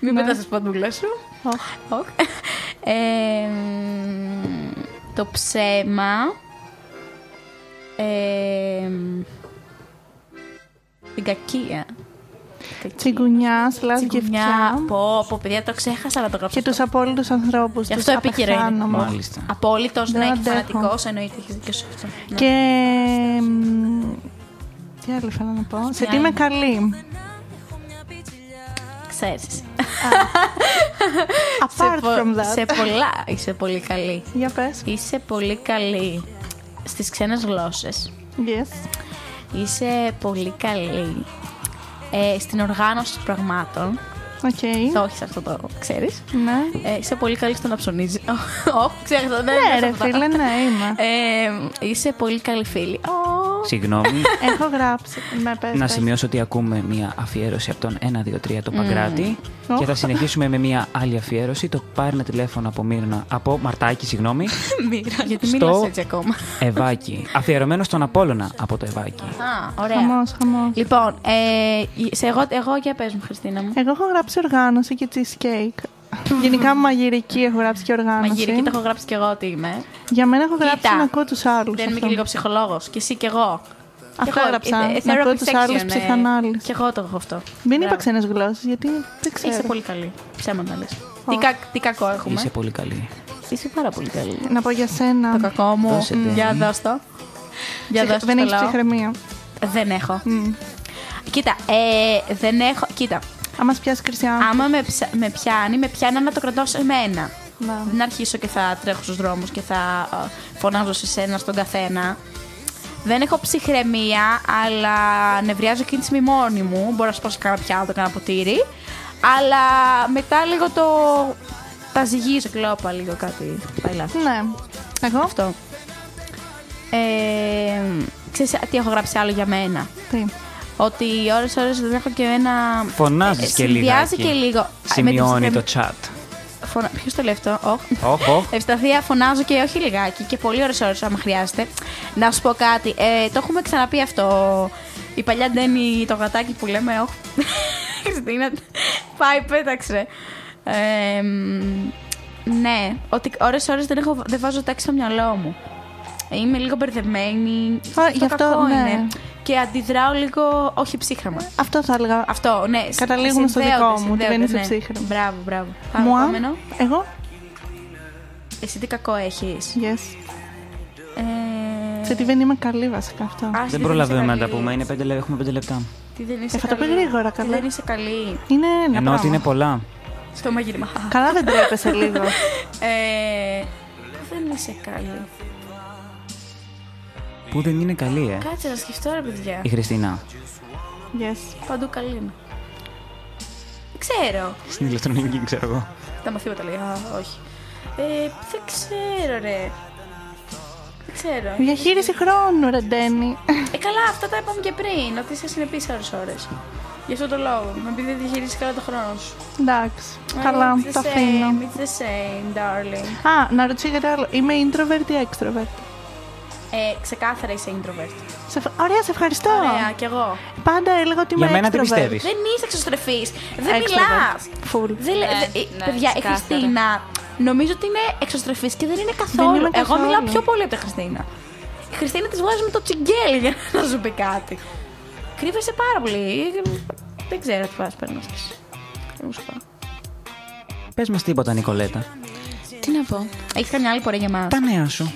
[SPEAKER 2] μην πετάς τις παντούλες σου.
[SPEAKER 5] Οχ.
[SPEAKER 2] Οχ. Ε, μ, το ψέμα. Ε, μ, την κακία. Κακία.
[SPEAKER 5] Τσιγκουνιά, σλάζ
[SPEAKER 2] Τσιγκουνιά.
[SPEAKER 5] γευτιά.
[SPEAKER 2] Πω, πω, παιδιά, το ξέχασα να το γράψω.
[SPEAKER 5] Και τους απόλυτους ανθρώπους.
[SPEAKER 2] Γι' αυτό επίκαιρο είναι.
[SPEAKER 3] Μάλιστα.
[SPEAKER 2] Απόλυτος,
[SPEAKER 5] Δεν
[SPEAKER 2] ναι, και
[SPEAKER 5] αντέχω.
[SPEAKER 2] φανατικός, εννοείται, έχεις δίκιο σε αυτό. Ναι.
[SPEAKER 5] Και. μ, Τι άλλο ήθελα να πω. Σε τι είμαι καλή.
[SPEAKER 2] Ξέρεις.
[SPEAKER 5] Apart
[SPEAKER 2] πο-
[SPEAKER 5] from that.
[SPEAKER 2] σε πολλά είσαι πολύ καλή.
[SPEAKER 5] Για πες.
[SPEAKER 2] Είσαι πολύ καλή στις ξένες γλώσσες.
[SPEAKER 5] Yes.
[SPEAKER 2] Είσαι πολύ καλή ε, στην οργάνωση των πραγμάτων.
[SPEAKER 5] Οκ.
[SPEAKER 2] Το Ε, όχι αυτό το ξέρεις.
[SPEAKER 5] Ναι.
[SPEAKER 2] Ε, είσαι πολύ καλή στο να ψωνίζεις. Όχι, ξέχασα. δεν
[SPEAKER 5] Ναι,
[SPEAKER 2] έπαιξα
[SPEAKER 5] ρε
[SPEAKER 2] αυτά.
[SPEAKER 5] φίλε, ναι, είμαι.
[SPEAKER 2] Ε, είσαι πολύ καλή φίλη. Ω,
[SPEAKER 3] Συγγνώμη.
[SPEAKER 2] Ε,
[SPEAKER 5] Έχω γράψει. Με πες,
[SPEAKER 3] Να
[SPEAKER 5] πες.
[SPEAKER 3] σημειώσω ότι ακούμε μία αφιέρωση από τον 1-2-3 το Παγκράτη και θα
[SPEAKER 5] Οχ.
[SPEAKER 3] συνεχίσουμε με μία άλλη αφιέρωση. Το πάρει τηλέφωνο από Μύρνα, από Μαρτάκη, συγγνώμη,
[SPEAKER 4] Μοίρα.
[SPEAKER 2] Γιατί
[SPEAKER 3] Στο-
[SPEAKER 2] μιλάς έτσι ακόμα.
[SPEAKER 3] Ευάκη. Αφιερωμένο στον Απόλλωνα από το Ευάκη.
[SPEAKER 2] Α, ωραία.
[SPEAKER 5] Χαμός, χαμός.
[SPEAKER 2] Λοιπόν, ε, σε εγώ, εγώ για πες μου, Χριστίνα μου.
[SPEAKER 5] Εγώ έχω γράψει οργάνωση και cheesecake. Γενικά μαγειρική έχω γράψει και οργάνωση.
[SPEAKER 2] Μαγειρική το έχω γράψει κι εγώ ότι είμαι.
[SPEAKER 5] Για μένα έχω γράψει
[SPEAKER 2] Κοίτα.
[SPEAKER 5] να ακούω τους άλλους.
[SPEAKER 2] Δεν είμαι και λίγο ψυχολόγος. Και εσύ και εγώ.
[SPEAKER 5] Αυτό
[SPEAKER 2] Κι εγώ,
[SPEAKER 5] έγραψα.
[SPEAKER 2] ε, ε,
[SPEAKER 5] Να ακούω
[SPEAKER 2] therapy
[SPEAKER 5] τους άλλους
[SPEAKER 2] section, ε,
[SPEAKER 5] ψυχανάλυση.
[SPEAKER 2] Κι εγώ το έχω αυτό.
[SPEAKER 5] Μην
[SPEAKER 2] Μπράβο.
[SPEAKER 5] είπα ξένες γλώσσες, γιατί δεν ξέρω.
[SPEAKER 2] Είσαι πολύ καλή. Ψέματα λες. Τι, κα- τι κακό έχουμε.
[SPEAKER 3] Είσαι
[SPEAKER 2] Είσαι,
[SPEAKER 3] πολύ καλή.
[SPEAKER 2] πάρα πολύ καλή.
[SPEAKER 5] Να πω για σένα.
[SPEAKER 2] Το κακό μου.
[SPEAKER 3] Δώσε
[SPEAKER 2] Μ,
[SPEAKER 3] το.
[SPEAKER 2] Για δώσ' το. Για
[SPEAKER 5] Ψυχ-
[SPEAKER 2] δώσ' το
[SPEAKER 5] δεν
[SPEAKER 2] στο
[SPEAKER 5] έχει
[SPEAKER 2] λαό.
[SPEAKER 5] ψυχραιμία.
[SPEAKER 2] Δεν έχω. Κοίτα, ε, δεν έχω. Κοίτα,
[SPEAKER 5] Άμα σε πιάσει Κριστιανά.
[SPEAKER 2] άμα με, ψα- με πιάνει, με πιάνει να το κρατάω σε μένα.
[SPEAKER 5] Να.
[SPEAKER 2] Δεν αρχίσω και θα τρέχω στους δρόμους και θα ε, φωνάζω σε σένα, στον καθένα. Δεν έχω ψυχραιμία, αλλά νευριάζω εκείνη τη στιγμή μόνη μου. Μπορώ να σπάσω κανένα πιάτο, κανένα ποτήρι. Αλλά μετά λίγο το. Τα ζυγίζω και λέω «Όπα, λίγο κάτι. Πάει λάθος».
[SPEAKER 5] Ναι. Εγώ αυτό.
[SPEAKER 2] Αυτό. Ε, ξέρεις τι έχω γράψει άλλο για μένα.
[SPEAKER 5] Τι.
[SPEAKER 2] Ότι ώρες ώρες δεν έχω και ένα...
[SPEAKER 3] Φωνάζεις
[SPEAKER 2] Ε,
[SPEAKER 3] και λίγο.
[SPEAKER 2] συνδυάζει και λίγο. Α,
[SPEAKER 3] Σημειώνει
[SPEAKER 2] με
[SPEAKER 3] το
[SPEAKER 2] τις-
[SPEAKER 3] chat.
[SPEAKER 2] Φωνα... Ποιος το λέει αυτό, οχ.
[SPEAKER 3] Όχ, όχ.
[SPEAKER 2] Ευσταθία, φωνάζω και όχι λιγάκι και πολύ ώρες ώρες άμα χρειάζεται. Να σου πω κάτι, ε, το έχουμε ξαναπεί αυτό. Η παλιά Ντένι, το γατάκι που λέμε, όχ. Χριστίνα, πάει, πέταξε. Ε, μ, ναι, ότι ώρες ώρες δεν, έχω, δεν βάζω τάξη στο μυαλό μου. Είμαι λίγο μπερδεμένη.
[SPEAKER 5] Α, γι' αυτό,
[SPEAKER 2] κακό
[SPEAKER 5] ναι.
[SPEAKER 2] είναι. Και αντιδράω λίγο, όχι ψύχραμα.
[SPEAKER 5] Αυτό θα έλεγα.
[SPEAKER 2] Αυτό, ναι.
[SPEAKER 5] Καταλήγουμε στο
[SPEAKER 2] συνδέονται,
[SPEAKER 5] δικό μου, ότι
[SPEAKER 2] συνδέονται,
[SPEAKER 5] δεν είσαι
[SPEAKER 2] ναι.
[SPEAKER 5] ψύχρεμη.
[SPEAKER 2] Μπράβο, μπράβο. Πάμε
[SPEAKER 5] Μουά.
[SPEAKER 2] επόμενο.
[SPEAKER 5] Εγώ.
[SPEAKER 2] Εσύ τι κακό έχεις.
[SPEAKER 5] Yes.
[SPEAKER 2] Ε...
[SPEAKER 5] Σε τι δεν είμαι καλή βασικά αυτό.
[SPEAKER 2] Άστη,
[SPEAKER 3] Δεν προλαβαίνουμε
[SPEAKER 2] είσαι
[SPEAKER 3] να τα
[SPEAKER 2] καλή.
[SPEAKER 3] πούμε, είναι πέντε λε- έχουμε πέντε λεπτά.
[SPEAKER 2] Τι δεν είσαι
[SPEAKER 5] Ε, θα το πει
[SPEAKER 2] καλή.
[SPEAKER 5] γρήγορα,
[SPEAKER 2] Τι
[SPEAKER 5] καλά.
[SPEAKER 2] δεν είσαι καλή.
[SPEAKER 5] Είναι
[SPEAKER 3] Ενώ
[SPEAKER 5] ένα
[SPEAKER 3] ότι
[SPEAKER 5] πράγμα.
[SPEAKER 3] είναι πολλά.
[SPEAKER 2] Στο μαγείρεμα. Χα.
[SPEAKER 5] Καλά δεν τρέπεσαι λίγο.
[SPEAKER 2] Ε... πού Δεν είσαι καλή.
[SPEAKER 3] Που δεν είναι καλή, ε.
[SPEAKER 2] Κάτσε να σκεφτώ, ρε παιδιά.
[SPEAKER 3] Η Χριστίνα.
[SPEAKER 5] Yes.
[SPEAKER 2] Παντού καλή είμαι. Δεν ξέρω.
[SPEAKER 3] Στην ηλεκτρονική, ξέρω εγώ.
[SPEAKER 2] Τα μαθήματα λέει. Α, όχι. Ε, δεν ξέρω, ρε. Δεν ξέρω.
[SPEAKER 5] Διαχείριση χρόνου, ρε Ντένι.
[SPEAKER 2] Ε, καλά, αυτά τα είπαμε και πριν. Ότι είσαι συνεπής ώρες ώρες. Γι' αυτό το λόγο. Με επειδή δεν διαχειρίζεις καλά τον χρόνο σου.
[SPEAKER 5] Εντάξει. Καλά,
[SPEAKER 2] It's the
[SPEAKER 5] το
[SPEAKER 2] same,
[SPEAKER 5] αφήνω.
[SPEAKER 2] It's the same, darling.
[SPEAKER 5] Α, να ρωτήσω κάτι άλλο. Είμαι introvert ή extrovert.
[SPEAKER 2] Ε, ξεκάθαρα είσαι introvert.
[SPEAKER 5] Σε... ευχ- Ωραία, σε ευχαριστώ.
[SPEAKER 2] Ωραία, κι εγώ.
[SPEAKER 5] Πάντα έλεγα ότι είμαι
[SPEAKER 3] Για μένα τι
[SPEAKER 5] extrovert.
[SPEAKER 3] πιστεύεις?
[SPEAKER 2] Δεν είσαι εξωστρεφής. Δεν
[SPEAKER 5] Extrovert.
[SPEAKER 2] μιλάς.
[SPEAKER 5] Φουλ.
[SPEAKER 2] Δεν λε-
[SPEAKER 4] Ναι,
[SPEAKER 2] δε- ε,
[SPEAKER 4] ναι,
[SPEAKER 2] παιδιά, η
[SPEAKER 4] ξεκάθαρα.
[SPEAKER 2] Χριστίνα νομίζω ότι είναι εξωστρεφής και δεν είναι καθόλου.
[SPEAKER 5] είμαι
[SPEAKER 2] Εγώ
[SPEAKER 5] καθόλου.
[SPEAKER 2] μιλάω πιο πολύ από τη Χριστίνα. Η Χριστίνα της βγάζει με το τσιγκέλι για να σου πει κάτι. Κρύβεσαι πάρα πολύ. Δεν ξέρω τι πας παίρνω. Δεν μου σου πω.
[SPEAKER 3] Πες μας τίποτα, Νικολέτα.
[SPEAKER 4] Τι να πω.
[SPEAKER 2] Έχεις καμιά άλλη πορεία για μας.
[SPEAKER 3] Τα νέα σου.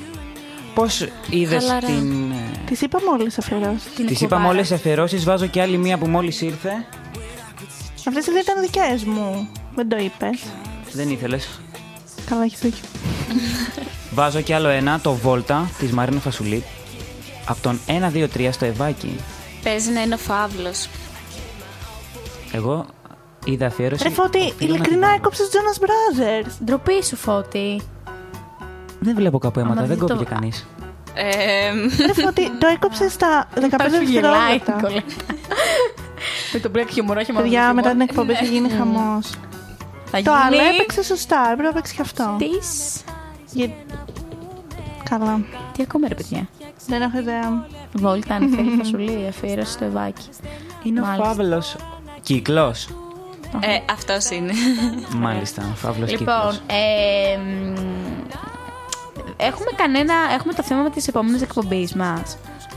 [SPEAKER 3] Πώ είδες
[SPEAKER 4] Χαλαρά.
[SPEAKER 3] την. ε,
[SPEAKER 5] Τη είπα μόλις αφιερώσεις.
[SPEAKER 3] Τη είπαμε όλε τι αφιερώσεις, βάζω και άλλη μία που μόλις ήρθε.
[SPEAKER 5] Αυτές δεν ήταν δικές μου. Δεν το είπες.
[SPEAKER 3] Δεν ήθελες.
[SPEAKER 5] Καλά, έχεις δίκιο.
[SPEAKER 3] Βάζω και άλλο ένα, το Βόλτα της Μαρίνα Φασουλή. Από τον 1-2-3 στο Ευάκι.
[SPEAKER 4] Παίζει να είναι ο φαύλος.
[SPEAKER 3] Εγώ είδα αφιέρωση.
[SPEAKER 5] Ρε Φώτη,
[SPEAKER 3] οφείλω να την
[SPEAKER 5] ειλικρινά
[SPEAKER 3] βάλω.
[SPEAKER 5] έκοψε του Jonas Brothers.
[SPEAKER 2] Ντροπή σου, Φώτη.
[SPEAKER 3] Δεν βλέπω κάπου αίματα,
[SPEAKER 2] Άμα
[SPEAKER 3] δεν
[SPEAKER 2] δεν το-
[SPEAKER 3] κόπηκε κανείς.
[SPEAKER 4] Ε,
[SPEAKER 5] Ρε Φώτη, το έκοψες στα 15
[SPEAKER 2] Υπάρχει γελάει,
[SPEAKER 5] δευτερόλεπτα.
[SPEAKER 2] Νικόλα. Με τον μπλε χιουμορό έχει μαύρο
[SPEAKER 5] Παιδιά, μετά την
[SPEAKER 2] χιουμορ.
[SPEAKER 5] εκπομπή θα γίνει χαμός.
[SPEAKER 2] Mm. Θα
[SPEAKER 5] Το άλλο
[SPEAKER 2] γίνει
[SPEAKER 5] έπαιξε σωστά, έπρεπε να παίξει και αυτό.
[SPEAKER 2] της-
[SPEAKER 5] Γε- Καλά.
[SPEAKER 2] Τι ακόμα ρε παιδιά.
[SPEAKER 5] Δεν έχω ιδέα.
[SPEAKER 2] Βόλτα, αν θέλει, φασουλή, αφιέρωση στο ευάκι.
[SPEAKER 3] Είναι ο
[SPEAKER 2] Μάλιστα.
[SPEAKER 3] Φαύλος Κύκλος.
[SPEAKER 4] ε, αυτός είναι.
[SPEAKER 3] Μάλιστα, ο Φαύλο Κύκλο.
[SPEAKER 2] Λοιπόν, ε, μ, έχουμε κανένα. Έχουμε το θέμα με τι επόμενε εκπομπέ μα.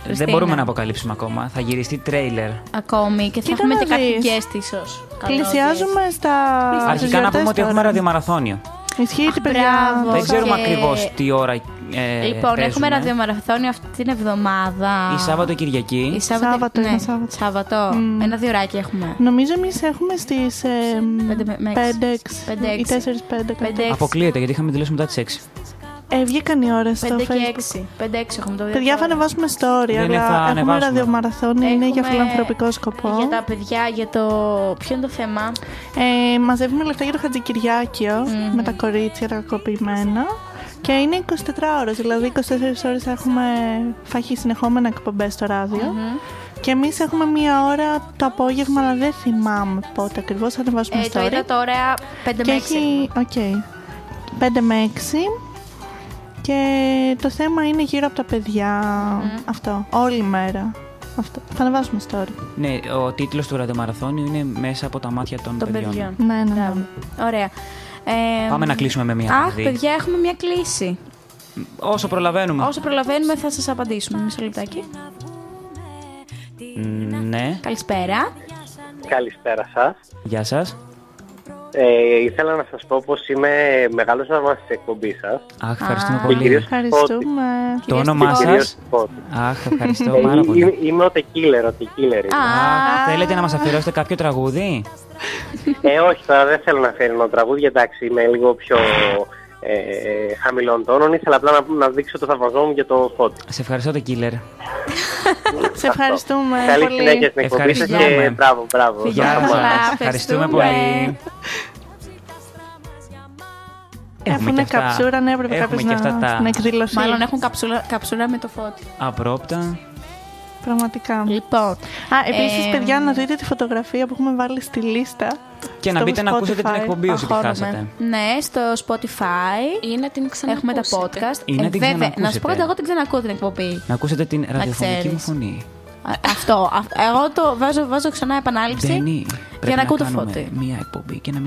[SPEAKER 3] Δεν μπορούμε να αποκαλύψουμε ακόμα. Θα γυριστεί τρέιλερ.
[SPEAKER 2] Ακόμη και θα
[SPEAKER 5] Κοίτα
[SPEAKER 2] έχουμε
[SPEAKER 5] να
[SPEAKER 2] και κάποιο
[SPEAKER 5] δεις.
[SPEAKER 2] guest ίσω.
[SPEAKER 5] Πλησιάζουμε στα. στις
[SPEAKER 3] Αρχικά να
[SPEAKER 5] γιορτές
[SPEAKER 3] πούμε ότι
[SPEAKER 5] τώρα.
[SPEAKER 3] έχουμε ραδιομαραθώνιο.
[SPEAKER 5] Ισχύει την παιδιά.
[SPEAKER 2] μπράβο.
[SPEAKER 3] Δεν ξέρουμε
[SPEAKER 2] Και-
[SPEAKER 3] ακριβώς τι ώρα. Ε,
[SPEAKER 2] λοιπόν, έχουμε
[SPEAKER 3] παίζουμε.
[SPEAKER 2] ραδιομαραθώνιο αυτή την εβδομάδα.
[SPEAKER 3] Η Σάββατο Κυριακή.
[SPEAKER 2] Η Σάββατο,
[SPEAKER 5] Σάββατο,
[SPEAKER 2] ναι,
[SPEAKER 5] ένα Σάββατο. Mm. Μμμ.
[SPEAKER 2] Ένα δύο ωράκια έχουμε.
[SPEAKER 5] Νομίζω εμείς έχουμε στις
[SPEAKER 2] Πέντε με- με έξι.
[SPEAKER 5] 5-6
[SPEAKER 2] Πέντε,
[SPEAKER 5] ή
[SPEAKER 2] έξι.
[SPEAKER 5] 4-5.
[SPEAKER 2] Πέντε, έξι.
[SPEAKER 3] Αποκλείεται γιατί είχαμε τελειώσει μετά τις 6.
[SPEAKER 5] Ε, βγήκαν οι ώρες στο
[SPEAKER 2] 5 και
[SPEAKER 5] Facebook.
[SPEAKER 2] 6. 5 6 έχουμε το δύο.
[SPEAKER 5] Παιδιά, θα ανεβάσουμε
[SPEAKER 3] Ναι,
[SPEAKER 5] story,
[SPEAKER 3] ναι, θα
[SPEAKER 5] αλλά έχουμε
[SPEAKER 3] ανεβάσουμε.
[SPEAKER 5] ραδιομαραθώνιο, είναι για φιλανθρωπικό σκοπό.
[SPEAKER 2] Για τα παιδιά, για το. Ποιο είναι το θέμα.
[SPEAKER 5] Ε, μαζεύουμε λεφτά για το χατζικυριάκιο με τα κορίτσια κακοποιημένα. Και είναι 24 ώρες, δηλαδή 24 ώρες έχουμε, θα έχει συνεχόμενα εκπομπές στο ραδιο Και εμείς έχουμε μία ώρα το απόγευμα, αλλά δεν θυμάμαι πότε ακριβώς. Θα ανεβάσουμε
[SPEAKER 2] Ε,
[SPEAKER 5] story.
[SPEAKER 2] το είδα τώρα 5
[SPEAKER 5] και
[SPEAKER 2] με 6.
[SPEAKER 5] έχει. Οκ. 5 με 6. Και το θέμα είναι γύρω από τα παιδιά. Αυτό. Όλη μέρα. Αυτό. Θα ανεβάσουμε story.
[SPEAKER 3] Ναι, ο τίτλος του ραδιομαραθώνιου είναι Μέσα από τα μάτια των,
[SPEAKER 2] Των
[SPEAKER 3] παιδιών.
[SPEAKER 2] παιδιών.
[SPEAKER 5] Ναι, ναι, ναι.
[SPEAKER 2] Μπράβο. Ωραία. Ε,
[SPEAKER 3] Πάμε να κλείσουμε με μία
[SPEAKER 2] Αχ,
[SPEAKER 3] μελωδία.
[SPEAKER 2] παιδιά, έχουμε μια κλίση.
[SPEAKER 3] Όσο προλαβαίνουμε.
[SPEAKER 2] Όσο προλαβαίνουμε, θα σας απαντήσουμε. Μισό λεπτάκι.
[SPEAKER 3] Ναι,
[SPEAKER 2] Καλησπέρα.
[SPEAKER 11] Καλησπέρα σας.
[SPEAKER 3] γεια σας.
[SPEAKER 11] Ε, ήθελα να σας πω πως είμαι μεγάλος αρμάς της εκπομπής σας.
[SPEAKER 3] Αχ, ευχαριστούμε
[SPEAKER 2] Α.
[SPEAKER 3] πολύ.
[SPEAKER 11] Κυρίως-
[SPEAKER 5] Ευχαριστούμε.
[SPEAKER 2] κυρίες
[SPEAKER 3] Το
[SPEAKER 2] και
[SPEAKER 3] όνομά σας.
[SPEAKER 11] Κυρίως Spot.
[SPEAKER 3] Αχ, ευχαριστώ
[SPEAKER 11] Ε,
[SPEAKER 3] πάρα πολύ.
[SPEAKER 11] είμαι- Είμαι ο τεκίλερ, ο τεκίλερ. είμαι.
[SPEAKER 2] Α,
[SPEAKER 3] Α, θέλετε να μας αφιερώσετε κάποιο τραγούδι.
[SPEAKER 11] Ε, όχι, τώρα δεν θέλω να φέρνω τραγούδια, εντάξει, είμαι λίγο πιο ε, ε, χαμηλών τόνων. Ήθελα απλά να, να δείξω το θαυμασμό μου για το Spot.
[SPEAKER 3] Σε ευχαριστώ, The Killer.
[SPEAKER 5] Σε ευχαριστούμε
[SPEAKER 11] Καλή
[SPEAKER 5] πολύ.
[SPEAKER 11] συνέχεια στην εκπομπή σας
[SPEAKER 3] Ευχαριστούμε.
[SPEAKER 11] και μπράβο, μπράβο.
[SPEAKER 2] Γεια
[SPEAKER 3] Γεια
[SPEAKER 2] σας.
[SPEAKER 3] σας. Ευχαριστούμε πολύ.
[SPEAKER 2] Ευχαριστούμε.
[SPEAKER 5] Αφού είναι καψούρα, ναι, έπρεπε
[SPEAKER 3] Έχουμε
[SPEAKER 5] κάποιος
[SPEAKER 3] και αυτά
[SPEAKER 5] να,
[SPEAKER 3] τα
[SPEAKER 5] να εκδηλωθεί.
[SPEAKER 2] Μάλλον έχουν καψούλα, καψούλα με το φώτι.
[SPEAKER 3] απρόπτα.
[SPEAKER 5] Πραγματικά.
[SPEAKER 2] Λοιπόν,
[SPEAKER 5] Α, επίσης,
[SPEAKER 2] ε,
[SPEAKER 5] παιδιά, να δείτε τη φωτογραφία που έχουμε βάλει στη λίστα.
[SPEAKER 3] Και να
[SPEAKER 5] στο
[SPEAKER 3] μπείτε να ακούσετε την
[SPEAKER 5] Spotify.
[SPEAKER 3] εκπομπή όσοι τη
[SPEAKER 2] αγχώνομαι.
[SPEAKER 3] χάσατε.
[SPEAKER 2] Ναι, στο Spotify
[SPEAKER 12] Ή να την ξανακούσετε.
[SPEAKER 2] έχουμε τα podcast. Ε,
[SPEAKER 3] Ή να την
[SPEAKER 2] βέβαια, να σου
[SPEAKER 3] ξανακούσετε.
[SPEAKER 2] πω κάτι, εγώ την ξανακούω την εκπομπή.
[SPEAKER 3] Να ακούσετε την ραδιοφωνική
[SPEAKER 2] ξέρεις.
[SPEAKER 3] μου φωνή.
[SPEAKER 2] Α, Αυτό. α- Εγώ το βάζω, βάζω ξανά επανάληψη.
[SPEAKER 3] Ντένι, πρέπει
[SPEAKER 2] να ακούω το
[SPEAKER 3] κάνουμε
[SPEAKER 2] Φώτη.
[SPEAKER 3] Μία εκπομπή και να μιλάμε.